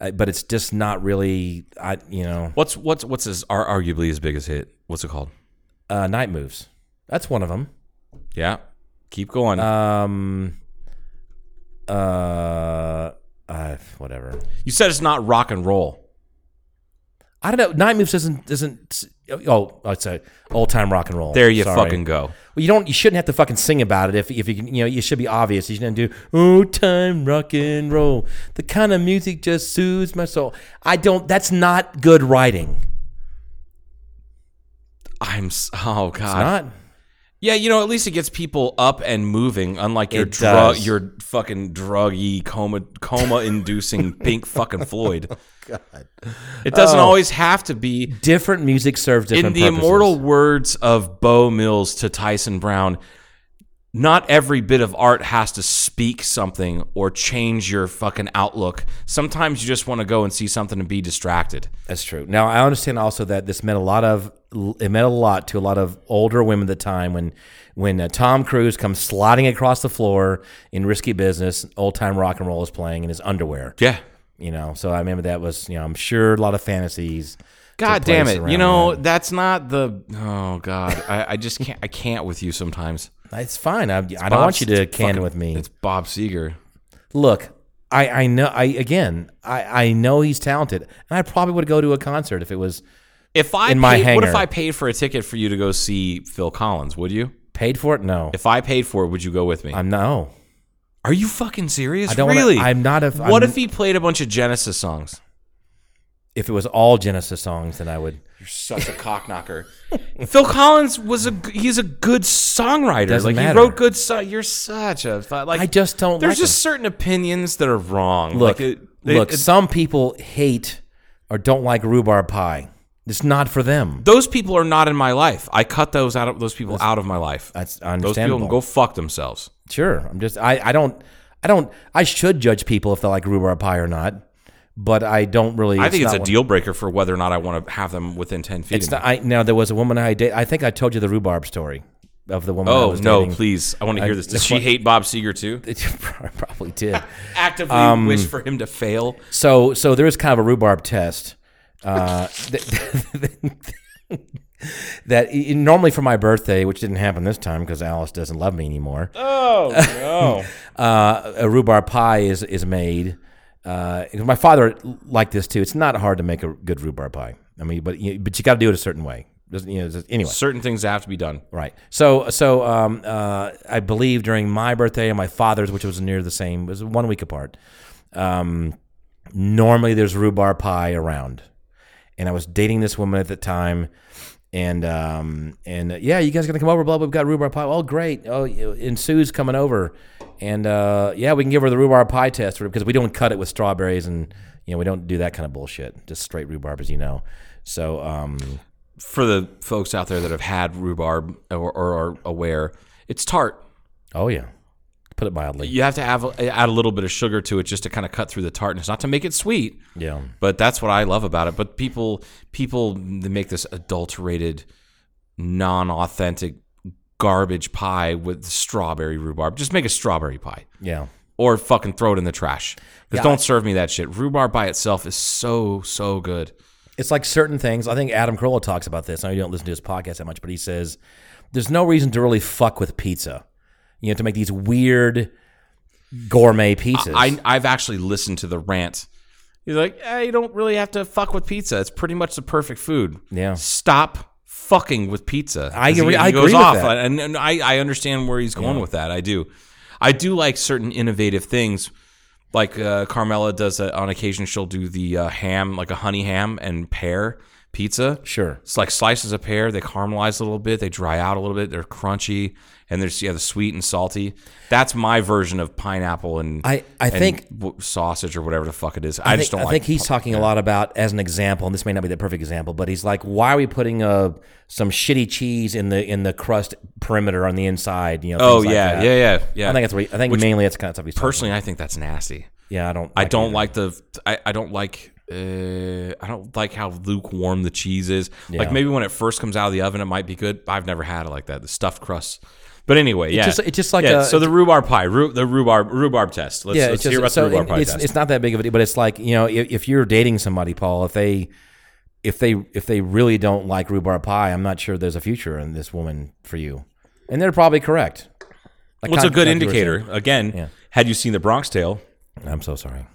uh, but it's just not really. I you know,
what's what's what's his ar- arguably his biggest hit what's it called
uh, night moves. That's one of them.
yeah keep going
Um, uh, uh, whatever.
you said it's not rock and roll
I don't know. Night moves doesn't doesn't. Oh, it's a old time rock and roll.
there you
Sorry.
fucking go
Well, you don't. You shouldn't have to fucking sing about it if, if you can. You know, you should be obvious. You shouldn't do oh time rock and roll. The kind of music just soothes my soul. I don't. That's not good writing.
i'm s- oh
It's
god
not.
yeah you know at least it gets people up and moving unlike your
It
drug
does.
your fucking druggy coma coma inducing pink fucking floyd
Oh,
god it doesn't always have to be
Different music serves
in
different.
the
purposes.
immortal words of Bo Mills to Tyson Brown, not every bit of art has to speak something or change your fucking outlook. Sometimes you just want to go and see something and be distracted.
That's true. Now I understand also that this meant a lot of it meant a lot to a lot of older women at the time when when uh, Tom Cruise comes sliding across the floor in Risky Business, old time rock and roll is playing in his underwear.
Yeah.
You know, so I remember that was you know I'm sure a lot of fantasies. took
God damn
place
it. You
around
know,
that.
that's not the Oh God. I, I just can't I can't with you sometimes.
It's fine. I, I don't
Bob-
want you to
it's
can
fucking-
with me.
It's Bob Seger.
Look, I, I know. I again, I, I know he's talented, and I probably would go to a concert if it was
If I
In my
paid- what if
hangar.
I paid for a ticket for you to go see Phil Collins, would you?
paid for it. No,
If I paid for it, would you go with me?
I'm no.
Are you fucking serious?
I don't wanna-
really?
I'm not a-
What
I'm-
if he played a bunch of Genesis songs?
If it was all Genesis songs, then I would.
You're such a cockknocker. Phil Collins was a g- he's a good songwriter.
Doesn't
like
matter.
he wrote good songs. You're such a fu- like.
I just don't
There's
like
just
him.
certain opinions that are wrong.
Look,
like it- they-
look.
it-
some people hate or don't like rhubarb pie. It's not for them.
those people are not in my life. I cut those out of those people out of my life.
That's
Those people
understandable.
can go fuck themselves.
Sure. I'm just I, I don't I don't I should judge people if they like rhubarb pie or not, but I don't really.
I think it's
not
a
one-
deal breaker for whether or not I want to have them within ten feet.
It's
of me.
not. I, now there was a woman I date. I think I told you the rhubarb story of the woman. I
oh
was
no,
dating.
please! I want to hear
I-
this. Does
this
she
one-
hate Bob Seger too?
I probably did.
Actively
Um,
wish for him to fail.
So so there is kind of a rhubarb test. Uh, that, that i- normally for my birthday, which didn't happen this time because Alice doesn't love me anymore.
Oh.
uh, a rhubarb pie is is made. Uh, my father liked this too. It's not hard to make a good rhubarb pie. I mean, but you, but you got to do it a certain way. Doesn't- you know, just- anyway,
Certain things have to be done.
right? So so um, uh, I believe during my birthday and my father's, which was near the same, was one week apart. Um, normally there's rhubarb pie around, and I was dating this woman at the time. And um and uh, yeah, you guys gonna come over? Blah blah. We've got rhubarb pie. Oh great! Oh, you- and Sue's coming over, and uh yeah, we can give her the rhubarb pie test because we don't cut it with strawberries, and you know we don't do that kind of bullshit. Just straight rhubarb, as you know. So um
For the folks out there that have had rhubarb or, or are aware, it's tart.
oh yeah, put it mildly.
You have to have, add a little bit of sugar to it just to kind of cut through the tartness, not to make it sweet.
Yeah.
But that's what I love about it. But people people they make this adulterated, non-authentic garbage pie with strawberry rhubarb. Just make a strawberry pie.
Yeah.
Or fucking throw it in the trash. Because
Yeah,
don't serve me that shit. Rhubarb by itself is so, so good.
It's like certain things. I think Adam Carolla talks about this. I know you don't listen to his podcast that much, but he says there's no reason to really fuck with pizza. You know, to make these weird gourmet pizzas.
I, I've actually listened to the rant. He's like, eh, you don't really have to fuck with pizza. It's pretty much the perfect food.
Yeah.
Stop fucking with pizza.
I
'Cause
agree-
He,
I
he goes
agree with
off,
that.
and, and I, I understand where he's going with that. I do. I do like certain innovative things, like uh, Carmela does uh, on occasion. She'll do the uh, ham, like a honey ham and pear pizza.
Sure.
It's like slices of pear. They caramelize a little bit. They dry out a little bit. They're crunchy, and there's yeah, the sweet and salty. That's my version of pineapple and
I- I
and
think-
w- sausage or whatever the fuck it is. I,
think,
just don't.
I
like
think he's talking a lot about as an example, and this may not be the perfect example, but he's like, "Why are we putting uh some shitty cheese in the in the crust perimeter on the inside?" You know.
Oh
things like
yeah,
that.
yeah, yeah, yeah.
I think that's what he- I think
Which-
mainly that's kind of stuff he's talking
personally. I think that's nasty.
about. Yeah, I don't.
I don't
either.
like the I, I don't like uh, I don't like how lukewarm the cheese is. Like
Yeah.
maybe when it first comes out of the oven, it might be good. I've never had it like that. The stuffed crust. But anyway, yeah,
just- it's just like
yeah.
a-
so the rhubarb pie, rhu- the rhubarb rhubarb test. Let's, let's
it's
hear
just-
about
so
the rhubarb pie
it's,
test.
it's not that big of a deal, but it's like you know, if, if you're dating somebody, Paul, if they if they if they really don't like rhubarb pie, I'm not sure there's a future in this woman for you, and they're probably correct. Like,
What's a
kind-
good
like you were saying.
indicator? Again, had you seen the Bronx Tale,
I'm so sorry.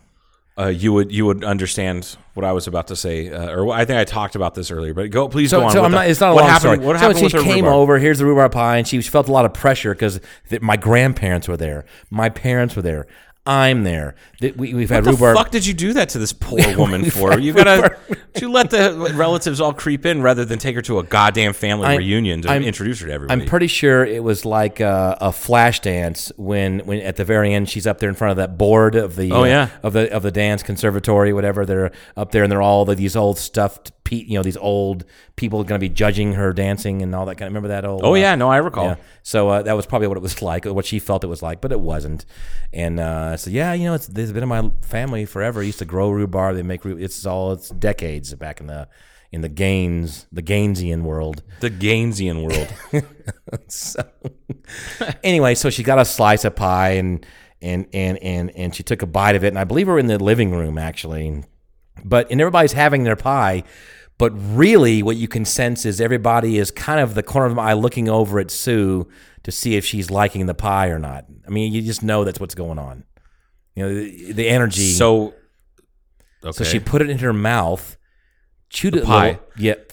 uh, you would you would understand what I was about to say, uh, or what- I think I talked about this earlier. But go, please go
So,
on.
so
What
I'm
the-
not, it's not a
what
long
happened,
story.
What
so
happened
she
with the
came
rhubarb?
over. Here's the rhubarb pie, and she felt a lot of pressure because th- my grandparents were there, my parents were there, I'm there. Th- we, we've had
What the
rhubarb.
fuck did you do that to this poor woman for? You gotta you let the relatives all creep in rather than take her to a goddamn family
I'm-
reunion to
I'm-
introduce her to
I'm
everybody.
pretty sure it was like a, a flash dance when, when at the very end she's up there in front of that board of the uh,
Oh, yeah.
of the of the dance conservatory whatever they're up there and they're all the, these old stuffed pe- you know these old people going to be judging her dancing and all that kind of remember that old
oh
uh,
yeah, no, I recall.
yeah. So uh, that was probably what it was like, what she felt it was like, but it wasn't. And uh, so yeah, you know, it's this has been in my family forever. I used to grow rhubarb. They make rhubarb. It's all it's decades back in the in the Gaines, the Gainesian world.
The Gainsian world.
So anyway, so she got a slice of pie and and and and and she took a bite of it, and I believe we we're in the living room actually. But and everybody's having their pie, but really what you can sense is everybody is kind of the corner of my eye looking over at Sue to see if she's liking the pie or not. I mean, you just know that's what's going on. You know, the, the energy.
so okay.
so she put it in her mouth, chewed it. a
pie.
little- Yep.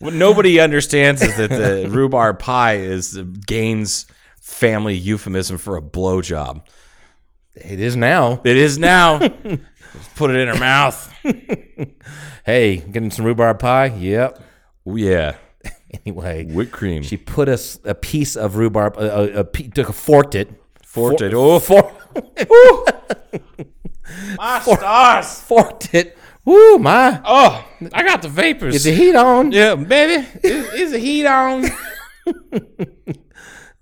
what nobody understands is that the rhubarb pie is the Gaines family euphemism for a blowjob.
it is now.
It is now. put it in her mouth.
Hey, getting some rhubarb pie. Yep.
Oh, yeah.
Anyway,
Whipped cream.
She put a, s- a piece of rhubarb, a, a, a pe- took a forked it,
Forked
For-
it. Oh.
for-
my stars.
forked it. Woo, my!
Oh, I got the vapors.
Is the heat on?
Yeah, baby, is, is the heat on?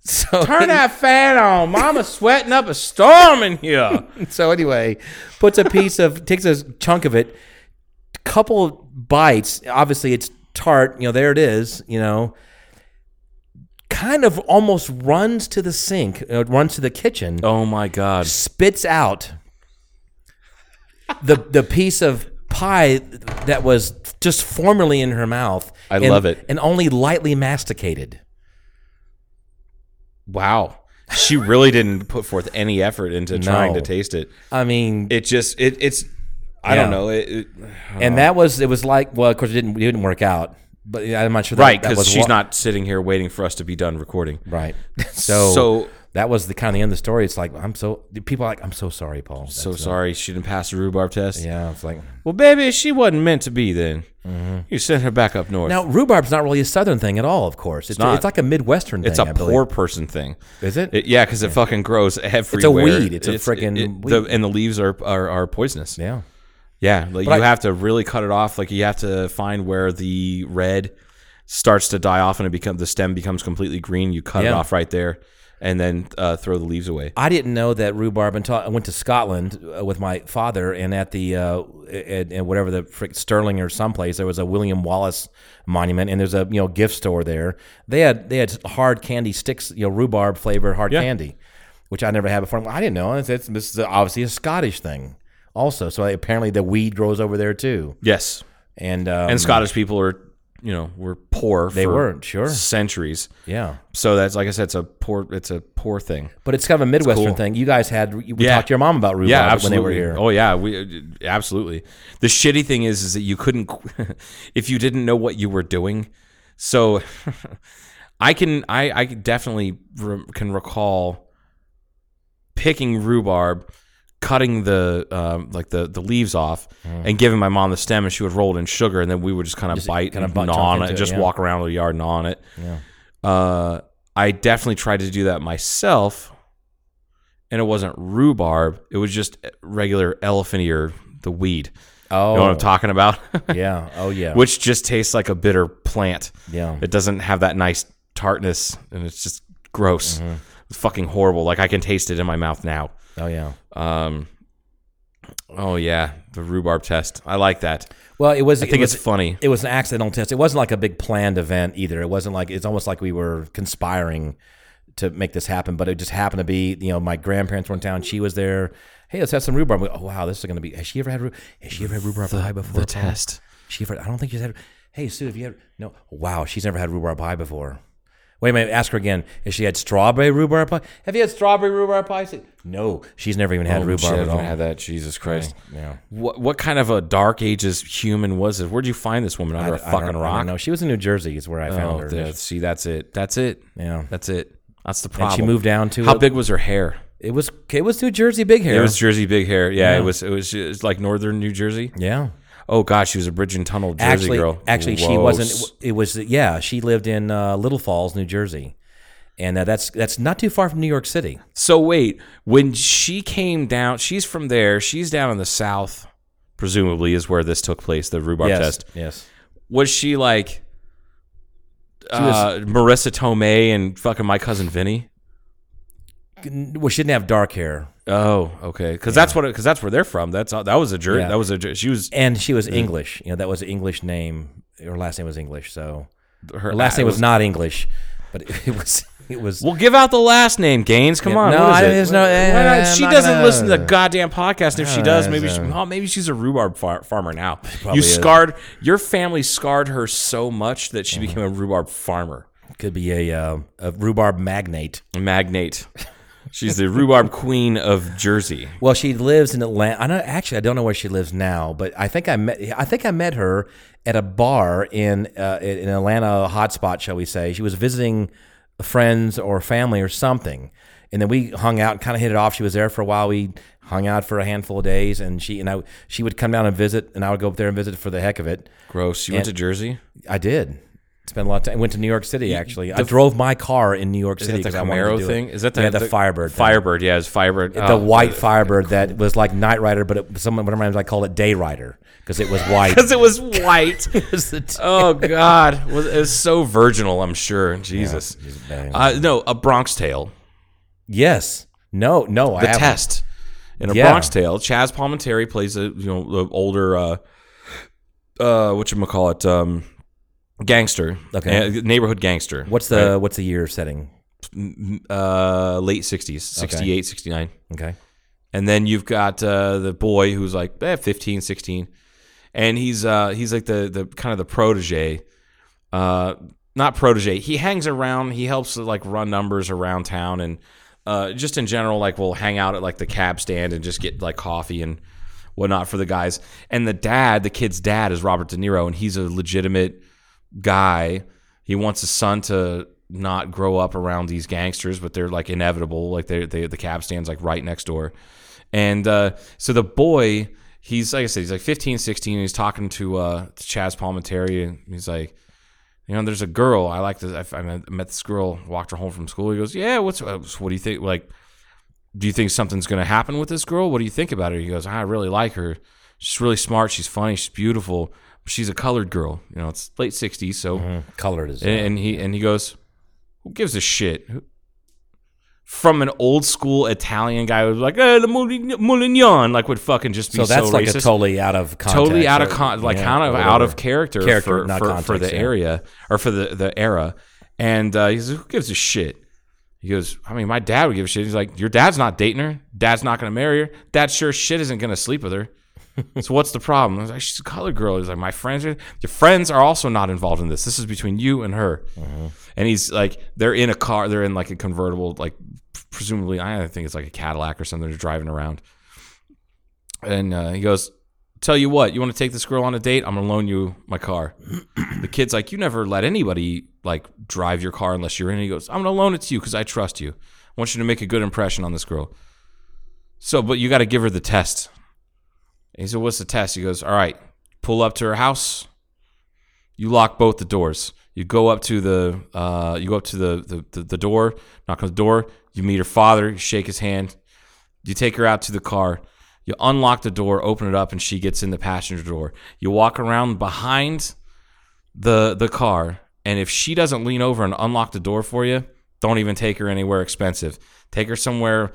So,
Turn that fan on. Mama's sweating up a storm in here.
so anyway, puts a piece of, takes a chunk of it, couple of bites. Obviously, it's tart. You know, there it is. You know, kind of almost runs to the sink, uh, runs to the kitchen,
Oh my god!
spits out the the piece of pie that was just formerly in her mouth.
I
and-
love it.
And only lightly masticated.
Wow, she really didn't put forth any effort into trying to taste it.
I mean,
It just it it's I
Yeah.
don't know it, it, uh,
and that was it was like well, of course it didn't it didn't work out, but I'm not sure that,
right
that
because
was
she's
wa-
not sitting here waiting for us to be done recording.
right. So
So-
that was the kind of the end of the story. It's like I'm so people are like I'm so sorry, Paul. That's
So
not-
sorry she didn't pass the rhubarb test.
Yeah, it's like
Well, baby, she wasn't meant to be then. You sent her back up north.
Mm-hmm. now rhubarb's not really a southern thing at all. Of course, it's it's,
not.
like a midwestern.
It's
thing,
a
I believe.
poor person thing.
Is it?
yeah, because it fucking grows everywhere.
weed. It's a frickin'
it-
weed.
The, and the leaves are are, are poisonous.
Yeah.
Yeah, like
But
you
I-
have to really cut it off. Like you have to find where the red starts to die off and it become the stem becomes completely green. You cut it
Yeah.
off right there, and then uh, throw the leaves away.
I didn't know that rhubarb until I went to Scotland uh, with my father, and at the uh, at, at whatever the frick Sterling or someplace, there was a William Wallace monument, and there's a you know gift store there. They had they had hard candy sticks, you know, rhubarb flavored hard
Yeah.
candy, which I never had before. I'm like, I didn't know. It's, it's, this is obviously a Scottish thing, also. So apparently the weed grows over there too,
Yes,
and um,
and Scottish people are you know were poor.
They
for
were, sure.
centuries.
yeah.
So that's like I said, it's a poor it's a poor thing.
But it's kind of a Midwestern
cool.
thing. You guys had you
Yeah.
talked to your mom about rhubarb
Yeah,
when
absolutely.
they were here.
Oh yeah, we uh, absolutely. The shitty thing is, is that you couldn't if you didn't know what you were doing. So I can I I can definitely re- can recall picking rhubarb, cutting the um, like the, the leaves off,
Mm.
and giving my mom the stem, and she would roll it in sugar, and then we would just kind of bite
kinda
and
bu-
gnaw
chunk
on it,
into it,
just
yeah.
walk around the yard and gnaw on it. Uh, I definitely tried to do that myself, and it wasn't rhubarb; it was just regular elephant ear, the weed.
Oh,
You know what I'm talking about?
yeah. Oh, yeah.
Which just tastes like a bitter plant.
yeah.
It doesn't have that nice tartness, and it's just gross.
Mm-hmm.
It's fucking horrible. Like I can taste it in my mouth now.
Oh, yeah.
Um, oh yeah, the rhubarb test. I like that.
Well, it was.
I think
it was,
it's funny.
It was an accidental test. It wasn't like a big planned event either. It wasn't like it's almost like we were conspiring to make this happen, but it just happened to be. You know, my grandparents were in town. She was there. Hey, let's have some rhubarb. We- oh wow, this is going to be. Has she ever had? rhu- Has she ever had rhubarb pie before?
The
Paul?
test.
She ever? I don't think she's had. Hey, Sue, have you ever? No. Wow, she's never had rhubarb pie before. Wait a minute. Ask her again. Has she had strawberry rhubarb pie? Have you had strawberry rhubarb pie? She- No, she's never even had
Oh,
rhubarb
shit, I
at all.
haven't had that. Jesus Christ.
Yeah.
What what kind of a dark ages human was this? Where'd you find this woman under a
I don't-
fucking
I don't
rock?
know. she was in New Jersey. Is where I found
Oh,
her.
there- see, that's it. That's it.
Yeah.
that's it. That's the problem.
And she moved down to
How
it.
big was her hair?
It was it was New Jersey big hair.
It was Jersey big hair. Yeah,
Yeah.
it was. It was just like northern New Jersey.
yeah.
Oh gosh, she was a bridge and tunnel Jersey
actually,
girl.
actually, she
Whoa.
wasn't. It was yeah. She lived in uh, Little Falls, New Jersey, and uh, that's that's not too far from New York City.
So wait, when she came down, she's from there. She's down in the south, presumably is where this took place. The rhubarb test
yes.
was she like uh, Marissa Tomei and fucking my cousin Vinny.
Well, she didn't have dark hair,
Oh, okay, because that's what because that's where they're from. That's that was a jerk.
Yeah.
That was a jer- she was
and she
Mm.
was English. You know, that was an English name. Her last name was English, so
her
her last
Ah, it
name was, not English, but it, was it was.
Well, give out the last name, Gaines. Come
Yeah,
on.
no,
what is
I-
it?
there's no-
Why
eh,
not?
I'm
she
not
doesn't
gonna-
listen to the goddamn podcast. If she does, maybe she, oh, maybe she's a rhubarb far, farmer now. You
is.
scarred your family scarred her so much that she became a rhubarb farmer,
could be a uh, a rhubarb magnate.
a magnate. She's the rhubarb queen of Jersey.
Well, she lives in Atlanta. I know, actually, I don't know where she lives now, but I think I met. I think I met her at a bar in uh, in in Atlanta hotspot, shall we say. She was visiting friends or family or something, and then we hung out and kind of hit it off. She was there for a while. We hung out for a handful of days, and she and I she would come down and visit, and I would go up there and visit for the heck of it.
Gross. You went to Jersey.
I did. Spent a lot of time. Went to New York City. Actually, I drove my car in New York
Is
City.
that the
'cause I wanted to
Camaro
do it.
thing? Is that the,
yeah, the, Firebird? thing
Firebird. Yeah, it's Firebird.
the
Oh,
white Firebird that was like Night Rider, but it, someone one of my I called it Day Rider because it was white.
because it was white.
It was the t-
Oh God, was it was so virginal. I'm sure. Jesus.
bang.
uh, no, a Bronx Tale.
yes, no, no, I
the
haven't.
test in a
Yeah.
Bronx Tale. Chaz Palminteri plays a you know the older uh, uh, what you call it um, gangster,
Okay.
uh, neighborhood gangster.
What's the what's the year setting?
uh, late sixties, 68, 69.
Okay,
and then you've got uh, the boy who's like eh, 15, 16. and he's uh, he's like the the kind of the protege. Uh, not protege. He hangs around. He helps like run numbers around town and uh, just in general, like we'll hang out at like the cab stand and just get like coffee and whatnot for the guys. And the dad, the kid's dad, is Robert De Niro, and he's a legitimate guy. He wants his son to not grow up around these gangsters, but they're like inevitable. Like they, they the cab stand's like right next door. And uh, so the boy, he's like I said, he's like 15, 16, and he's talking to uh, to Chaz Palminteri, and he's like, you know, there's a girl I like. To, I, I met met this girl, walked her home from school. He goes, yeah, what's uh, what do you think? Like, do you think something's going to happen with this girl? What do you think about her? He goes, I really like her. She's really smart. She's funny. She's beautiful. She's a colored girl. You know, it's late 60s,
Mm-hmm.
so
colored is
and, and he and he goes, "Who gives a shit?" From an old school Italian guy who was like, "Eh, the Mouli- Moulignon," like would fucking just be
so that's
so
like
racist.
a totally out of context,
Totally out of
or-
con- like
yeah,
kind of
whatever.
out of character,
Character,
for
not
for, for
context,
the
yeah.
area or for the the era. And uh, he says, "Who gives a shit?" He goes, "I mean, my dad would give a shit." He's like, "Your dad's not dating her. Dad's not going to marry her. Dad sure as shit isn't going to sleep with her." so what's the problem? I was like, she's a colored girl. He's like, my friends are your friends are also not involved in this. This is between you and her.
Uh-huh.
And he's like, they're in a car. They're in like a convertible, like presumably, I think it's like a Cadillac or something. They're driving around, and uh, he goes, "Tell you what, you want to take this girl on a date? I'm gonna loan you my car." the kid's like, "You never let anybody like drive your car unless you're in." it." He goes, "I'm gonna loan it to you because I trust you. I want you to make a good impression on this girl." So, but you got to give her the test. And he said, What's the test? He goes, All right, pull up to her house. You lock both the doors. You go up to the uh, you go up to the, the, the, the door, knock on the door, you meet her father, you shake his hand, you take her out to the car, you unlock the door, open it up, and she gets in the passenger door. You walk around behind the the car, and if she doesn't lean over and unlock the door for you, don't even take her anywhere expensive. Take her somewhere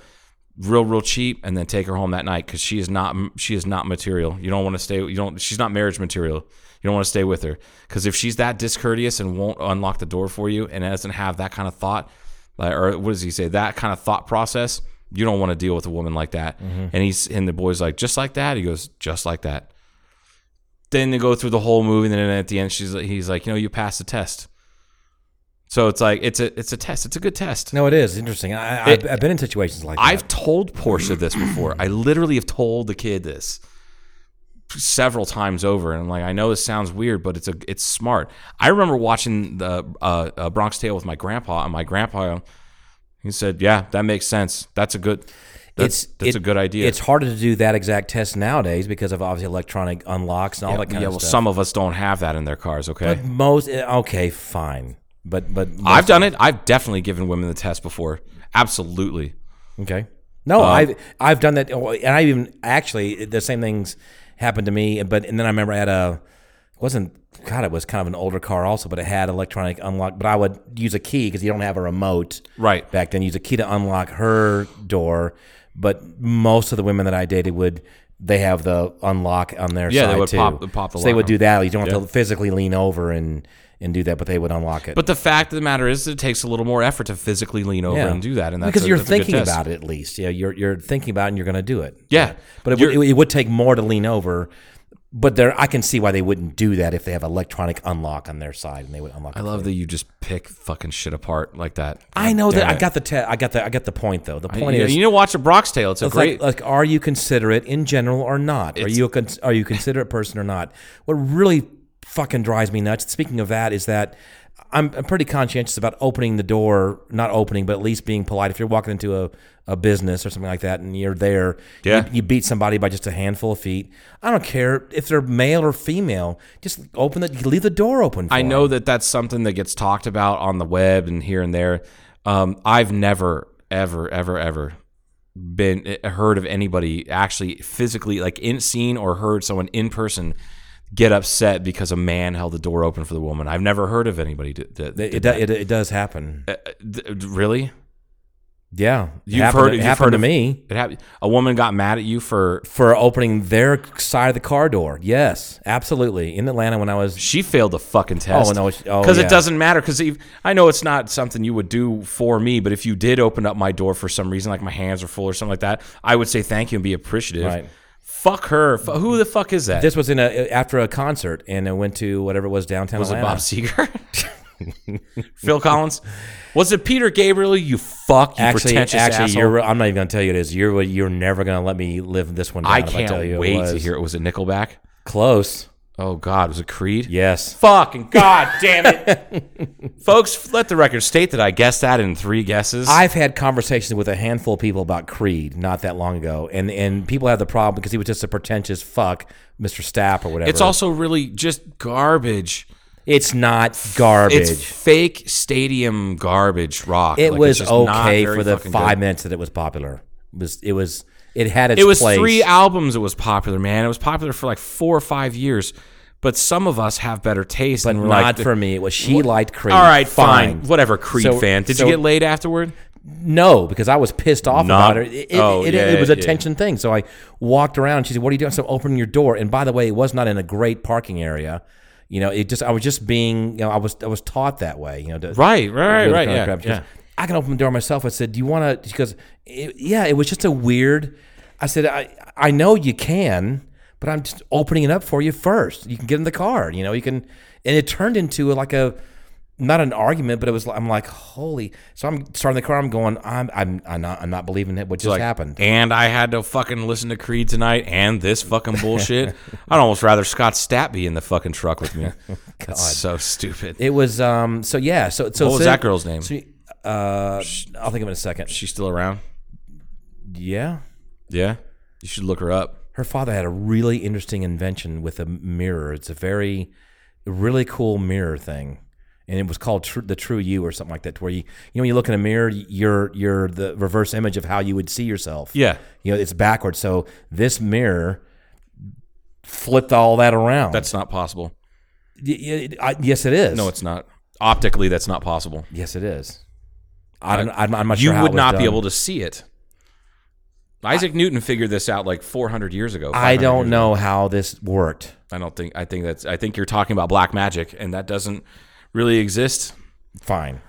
real real cheap and then take her home that night because she is not she is not material you don't want to stay you don't she's not marriage material you don't want to stay with her because if she's that discourteous and won't unlock the door for you and doesn't have that kind of thought like or what does he say that kind of thought process you don't want to deal with a woman like that and he's and the boy's like just like that he goes just like that then they go through the whole movie and then at the end she's he's like you know you passed the test so it's like it's a it's a test it's a good test
No, it is interesting. I,
It-
I've, I've been in situations like that.
I've told Portia this before. I literally have told the kid this several times over, and I'm like, I know this sounds weird, but it's a it's smart. I remember watching the uh, uh, Bronx Tale with my grandpa, and my grandpa, he said, "Yeah, that makes sense. That's a good, that's, that's
it-
a good idea."
It's harder to do that exact test nowadays because of obviously electronic unlocks and all that
yeah,
kind
well,
of stuff.
some of us don't have that in their cars. Okay,
But most eh, okay, fine, but but most-
I've done it. I've definitely given women the test before. Absolutely.
Okay. No,
Um,
I've I've done that, oh, and I even actually the same things happened to me. But and then I remember I had a it wasn't God, it was kind of an older car also, but it had electronic unlock. But I would use a key because you don't have a remote
Right.
back then. Use a key to unlock her door. But most of the women that I dated would they have the unlock on their
Yeah,
side
they would
too.
pop- pop the
so they
lock
would
on.
do that. You don't have to physically lean over and and do that, but they would unlock it.
But the fact of the matter is, it takes a little more effort to physically lean over and do that, and that's
because
a-
you're
that's a good
thinking
test.
about it at least. Yeah, you're you're thinking about it and you're going to do it.
Yeah,
But it
You're-
would, it would take more to lean over. But there, I can see why they wouldn't do that if they have electronic unlock on their side and they would unlock.
I love that you just pick fucking shit apart like that.
I know that.
Damn
I
it.
got the. Te- I got the. I got the point though. The point
You,
is,
you need to watch a Brock's Tale. It's a
it's
great.
like, like, are you considerate in general or not? Are you a con- are you a considerate person or not? What really fucking drives me nuts. Speaking of that, is that I'm, I'm pretty conscientious about opening the door, not opening, but at least being polite. If you're walking into a, a business or something like that, and you're there,
Yeah.
you, you beat somebody by just a handful of feet. I don't care if they're male or female. Just open the leave the door open. For
I
'em.
know that that's something that gets talked about on the web and here and there. Um, I've never, ever, ever, ever been eh, heard of anybody actually physically like in seen or heard someone in person get upset because a man held the door open for the woman. I've never heard of anybody that, that,
It,
did
it, do-
that.
it, it does happen.
Uh, th- really.
Yeah, It
You've
happened-
heard
it
you've
happened
heard
to
of-
me.
It happened. A woman got mad at you for
for opening their side of the car door. Yes, absolutely. In Atlanta, when I was
She failed the fucking test.
Oh, no, she- oh,
because
yeah.
it doesn't matter. Because I know it's not something you would do for me, but if you did open up my door for some reason, like my hands are full or something like that, I would say thank you and be appreciative.
Right.
Fuck her. F- who the fuck is that?
this was in a after a concert, and I went to whatever it was downtown.
was it
Atlanta.
Bob Seger? Phil Collins? Was it Peter Gabriel? You fuck. You
Actually,
pretentious
actually,
asshole.
you're. I'm not even going to tell you it is. You're. You're never going to let me live this one. Down
I
if
can't
tell you it
wait to
was.
hear it. Was it Nickelback?
Close.
Oh God, was it Creed?
Yes.
Fucking god damn it, folks! Let the record state that I guessed that in three guesses.
I've had conversations with a handful of people about Creed not that long ago, and and people have the problem because he was just a pretentious fuck, Mr. Stapp or whatever.
It's also really just garbage.
it's not garbage.
It's fake stadium garbage rock.
it
Like, it's
was
just not
okay
very
for the
fucking
five
good.
minutes that it was popular. It was it was it had its
It was
place.
three albums. It was popular, man. It was popular for like four or five years. But some of us have better taste.
but
and
not
we're like,
for me. It was she liked Creed.
All right, fine, whatever. Creed
So-
fan. Did
so-
you get laid afterward?
No, because I was pissed off
Not-
about her. It, it,
oh,
it,
yeah,
it was a
yeah.
tension thing. So I walked around. She said, "What are you doing?" So open your door. And by the way, it was not in a great parking area. You know, it just I was just being. You know, I was I was taught that way. You know, to,
Right, right,
really
right,
kind of
yeah,
crap. She
yeah.
goes, I can open the door myself. I said, "Do you want to?" She goes, "It- "Yeah." It was just a weird. I said, "I I know you can, but I'm just opening it up for you first. You can get in the car. You know, you can." And it turned into like a not an argument, but it was. I'm like, "Holy!" So I'm starting the car. I'm going. I'm I'm I'm not, I'm not believing it. What just
Like,
happened?
And I had to fucking listen to Creed tonight, and this fucking bullshit. I'd almost rather Scott Stapp be in the fucking truck with me. That's so stupid.
It was. Um. So yeah. So so
What was
so-
that girl's name?
so, uh, I'll think of it in a second.
She's still around.
Yeah.
Yeah. You should look her up.
her father had a really interesting invention with a mirror. It's a very, really cool mirror thing, and it was called tr- the True You or something like that. to Where you, you know, when you look in a mirror, you're you're the reverse image of how you would see yourself.
Yeah.
you know, it's backwards. So this mirror flipped all that around.
That's not possible.
Y- y- I- yes, it is.
No, it's not. Optically, that's not possible.
yes, it is. I don't. I'm, I'm not
you
sure. how it
would
was
not be
done.
able to see it. Isaac Newton figured this out like 400 years ago. 500
I
years
don't
ago.
know how this worked.
I don't think. I think that's. I think you're talking about black magic, and that doesn't really exist.
Fine.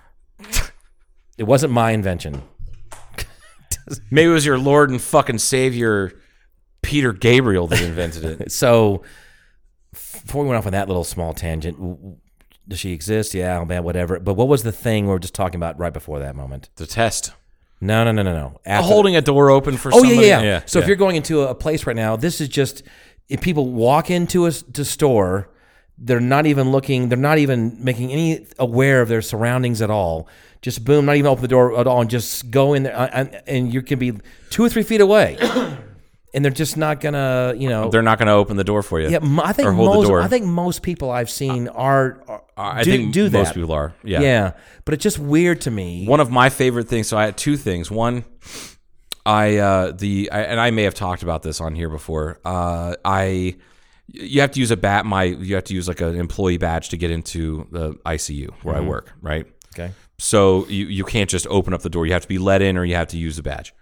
it wasn't my invention.
Maybe it was your Lord and fucking Savior, Peter Gabriel, that invented it.
So before we went off on that little small tangent, w- w- does she exist? Yeah, oh man, whatever. But what was the thing we were just talking about right before that moment?
the test.
No, no, no, no, no. After-
Holding a door open for
Oh yeah,
somebody.
yeah, yeah. So if you're going into a a place right now, this is just if people walk into a s- to store, they're not even looking, they're not even making any aware of their surroundings at all. Just boom, not even open the door at all, and just go in there, uh, and, and you can be two or three feet away, and they're just not gonna, you know,
they're not going to open the door for you.
yeah, m- I think
or hold
most.
the door.
I think most people I've seen are. are
I
do,
think
do that.
most people are. Yeah.
but it's just weird to me.
One of my favorite things. So I had two things. One, I uh, the I, and I may have talked about this on here before. Uh, I you have to use a bat. My you have to use like an employee badge to get into the ICU where I work. Right.
Okay.
So you you can't just open up the door. You have to be let in, or you have to use the badge.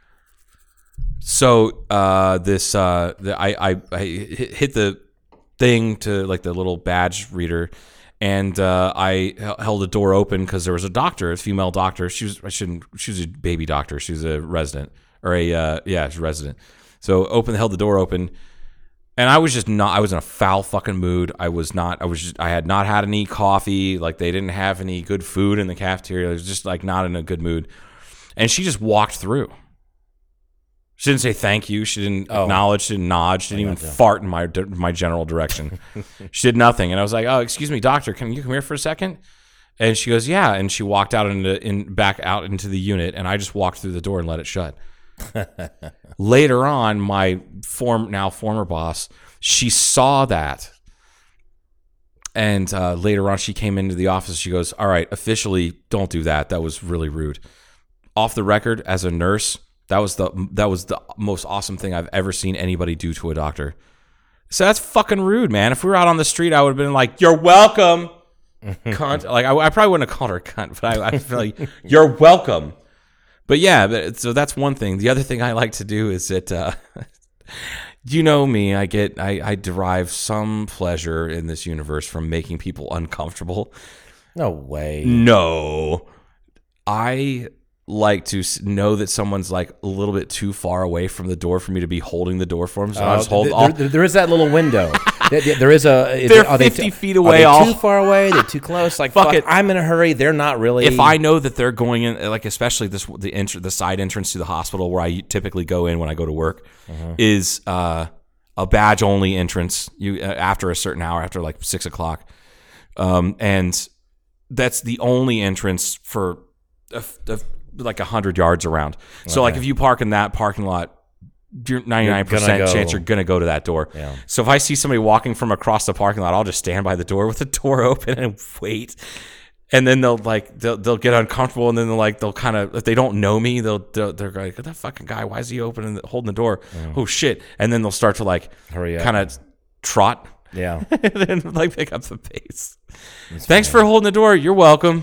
So uh, this uh, the, I, I I hit hit the thing to like the little badge reader, and uh, I hel- held the door open because there was a doctor, a female doctor. She was I shouldn't. She was a baby doctor. She was a resident or a uh, yeah, she's a resident. So open held the door open. And I was just not. I was in a foul fucking mood. I was not. I was. Just, I had not had any coffee. Like they didn't have any good food in the cafeteria. I was just like not in a good mood. And she just walked through. She didn't say thank you. She didn't acknowledge. She didn't nod. She didn't even fart in my di- my general direction. she did nothing. And I was like, oh, excuse me, doctor, can you come here for a second? And she goes, yeah. And she walked out into in back out into the unit. And I just walked through the door and let it shut later on my form now former boss she saw that and uh, later on she came into the office she goes all right officially don't do that that was really rude off the record as a nurse that was the that was the most awesome thing i've ever seen anybody do to a doctor so that's fucking rude man if we were out on the street i would have been like you're welcome cunt like I, I probably wouldn't have called her cunt but i, I feel like you're welcome but yeah, but, so that's one thing. The other thing I like to do is that uh, you know me, I get I, I derive some pleasure in this universe from making people uncomfortable.
No way.
No, I like to s- know that someone's like a little bit too far away from the door for me to be holding the door for them. So I just hold.
Oh, There-
all,
there- there is that little window. There- there- there is a.
They're
are they
50
too-
feet away,
Are
all-
they too far away. They're too close. Like
Fuck
fuck,
it.
it. I'm in a hurry. They're not really.
if I know that they're going in, like especially this the entr- the side entrance to the hospital where I typically go in when I go to work,
Uh-huh.
is uh, a badge only entrance. You uh, after a certain hour, after like six o'clock, um, and that's the only entrance for a f- a f- like a hundred yards around. So like if you park in that parking lot. You're 99%
You're gonna
chance
go.
you're gonna go to that door. So if I see somebody walking from across the parking lot, I'll just stand by the door with the door open and wait and then they'll like they'll, they'll get uncomfortable and then they'll like they'll kind of if they don't know me they'll, they'll they're like that fucking guy why is he opening the, holding the door oh shit and then they'll start to like
Hurry up.
kind of trot
yeah,
and then like pick up the pace thanks for holding the door you're welcome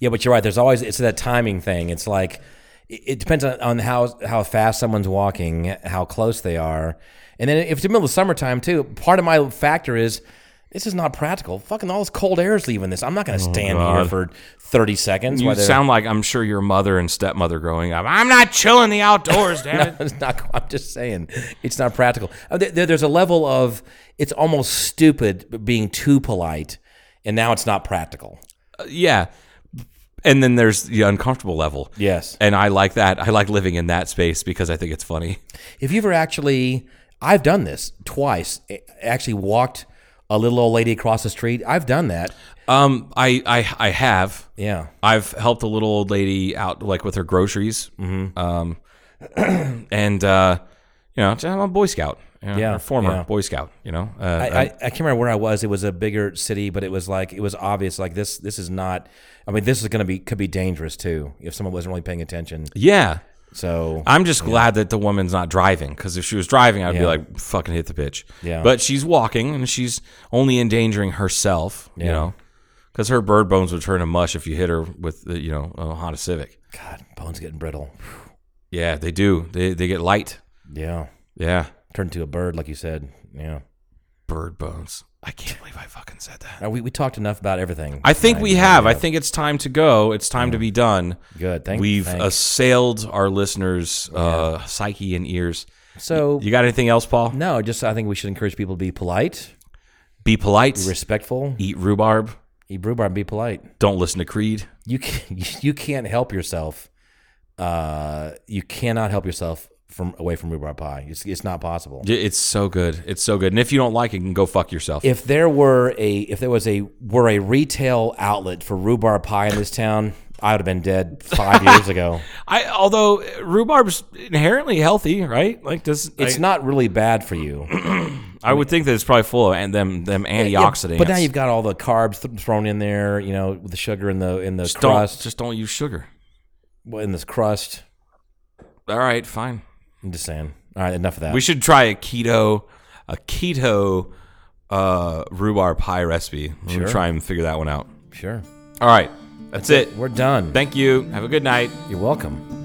yeah, but you're right. There's always it's that timing thing. It's like it, it depends on, on how how fast someone's walking, how close they are, and then if it's the middle of summertime too. Part of my factor is. This is not practical. Fucking all this cold air is leaving this. I'm not going to stand here
Oh, God.
for 30 seconds.
you
while they're-
sound like i'm sure your mother and stepmother growing up i'm not chilling the outdoors damn it
It's not. I'm just saying, it's not practical. Uh, there- there- There's a level of it's almost stupid being too polite, and now it's not practical.
yeah and then there's the uncomfortable level
Yes.
and i like that i like living in that space because i think it's funny
If you've ever actually, I've done this twice. I- Actually, walked a little old lady across the street. I've done that.
Um, I, I, I have.
Yeah.
I've helped a little old lady out, like with her groceries. Mm-hmm. Um, and uh, you know, I'm a Boy Scout, you know,
Yeah,
or former
yeah.
Boy Scout, you know. Uh,
I, I, I can't remember where I was. It was a bigger city, but it was like it was obvious. Like this, this is not. I mean, this is going to be could be dangerous too if someone wasn't really paying attention.
yeah,
So
I'm just glad that the woman's not driving because if she was driving, I'd be
Yeah.
like, fucking hit the bitch.
Yeah.
But she's walking and she's only endangering herself, you
Yeah.
know, because her bird bones would turn to mush if you hit her with, the, you know, a Honda Civic.
God, bones getting brittle.
Yeah, they do. They, they get light.
Yeah,
Yeah.
turned to a bird, like you said. Yeah,
Bird bones. I can't believe I fucking said that.
Uh, we we talked enough about everything. Uh,
I think
tonight.
we have. I think it's time to go. It's time to be done.
Good. Thank-
We've uh,
thank-
assailed our listeners' uh, psyche and ears.
so.
You got anything else, Paul?
no, just I think we should encourage people to be polite,
Be polite.
respectful,
Eat rhubarb.
eat brew bar, and be polite.
Don't listen to Creed.
you can you can't help yourself. Uh, you cannot help yourself from away from rhubarb pie. It's, it's not possible.
Y- It's so good. It's so good. And if you don't like it, you can go fuck yourself.
If there were a if there was a were a retail outlet for rhubarb pie in this town, I would have been dead five years ago.
I although uh, rhubarb's inherently healthy, right? Like does
It's not really bad for you.
I would think that it's probably full of and them them antioxidants.
but now you've got all the carbs th- thrown in there. You know, with the sugar in the in the
just don't
crust
just don't use sugar.
well, in this crust.
All right, fine.
I'm just saying. All right, enough of that.
We should try a keto a keto uh, rhubarb pie recipe. We'll
Sure.
try and figure that one out.
sure.
All right, that's it.
We're done.
Thank you. Have a good night.
You're welcome.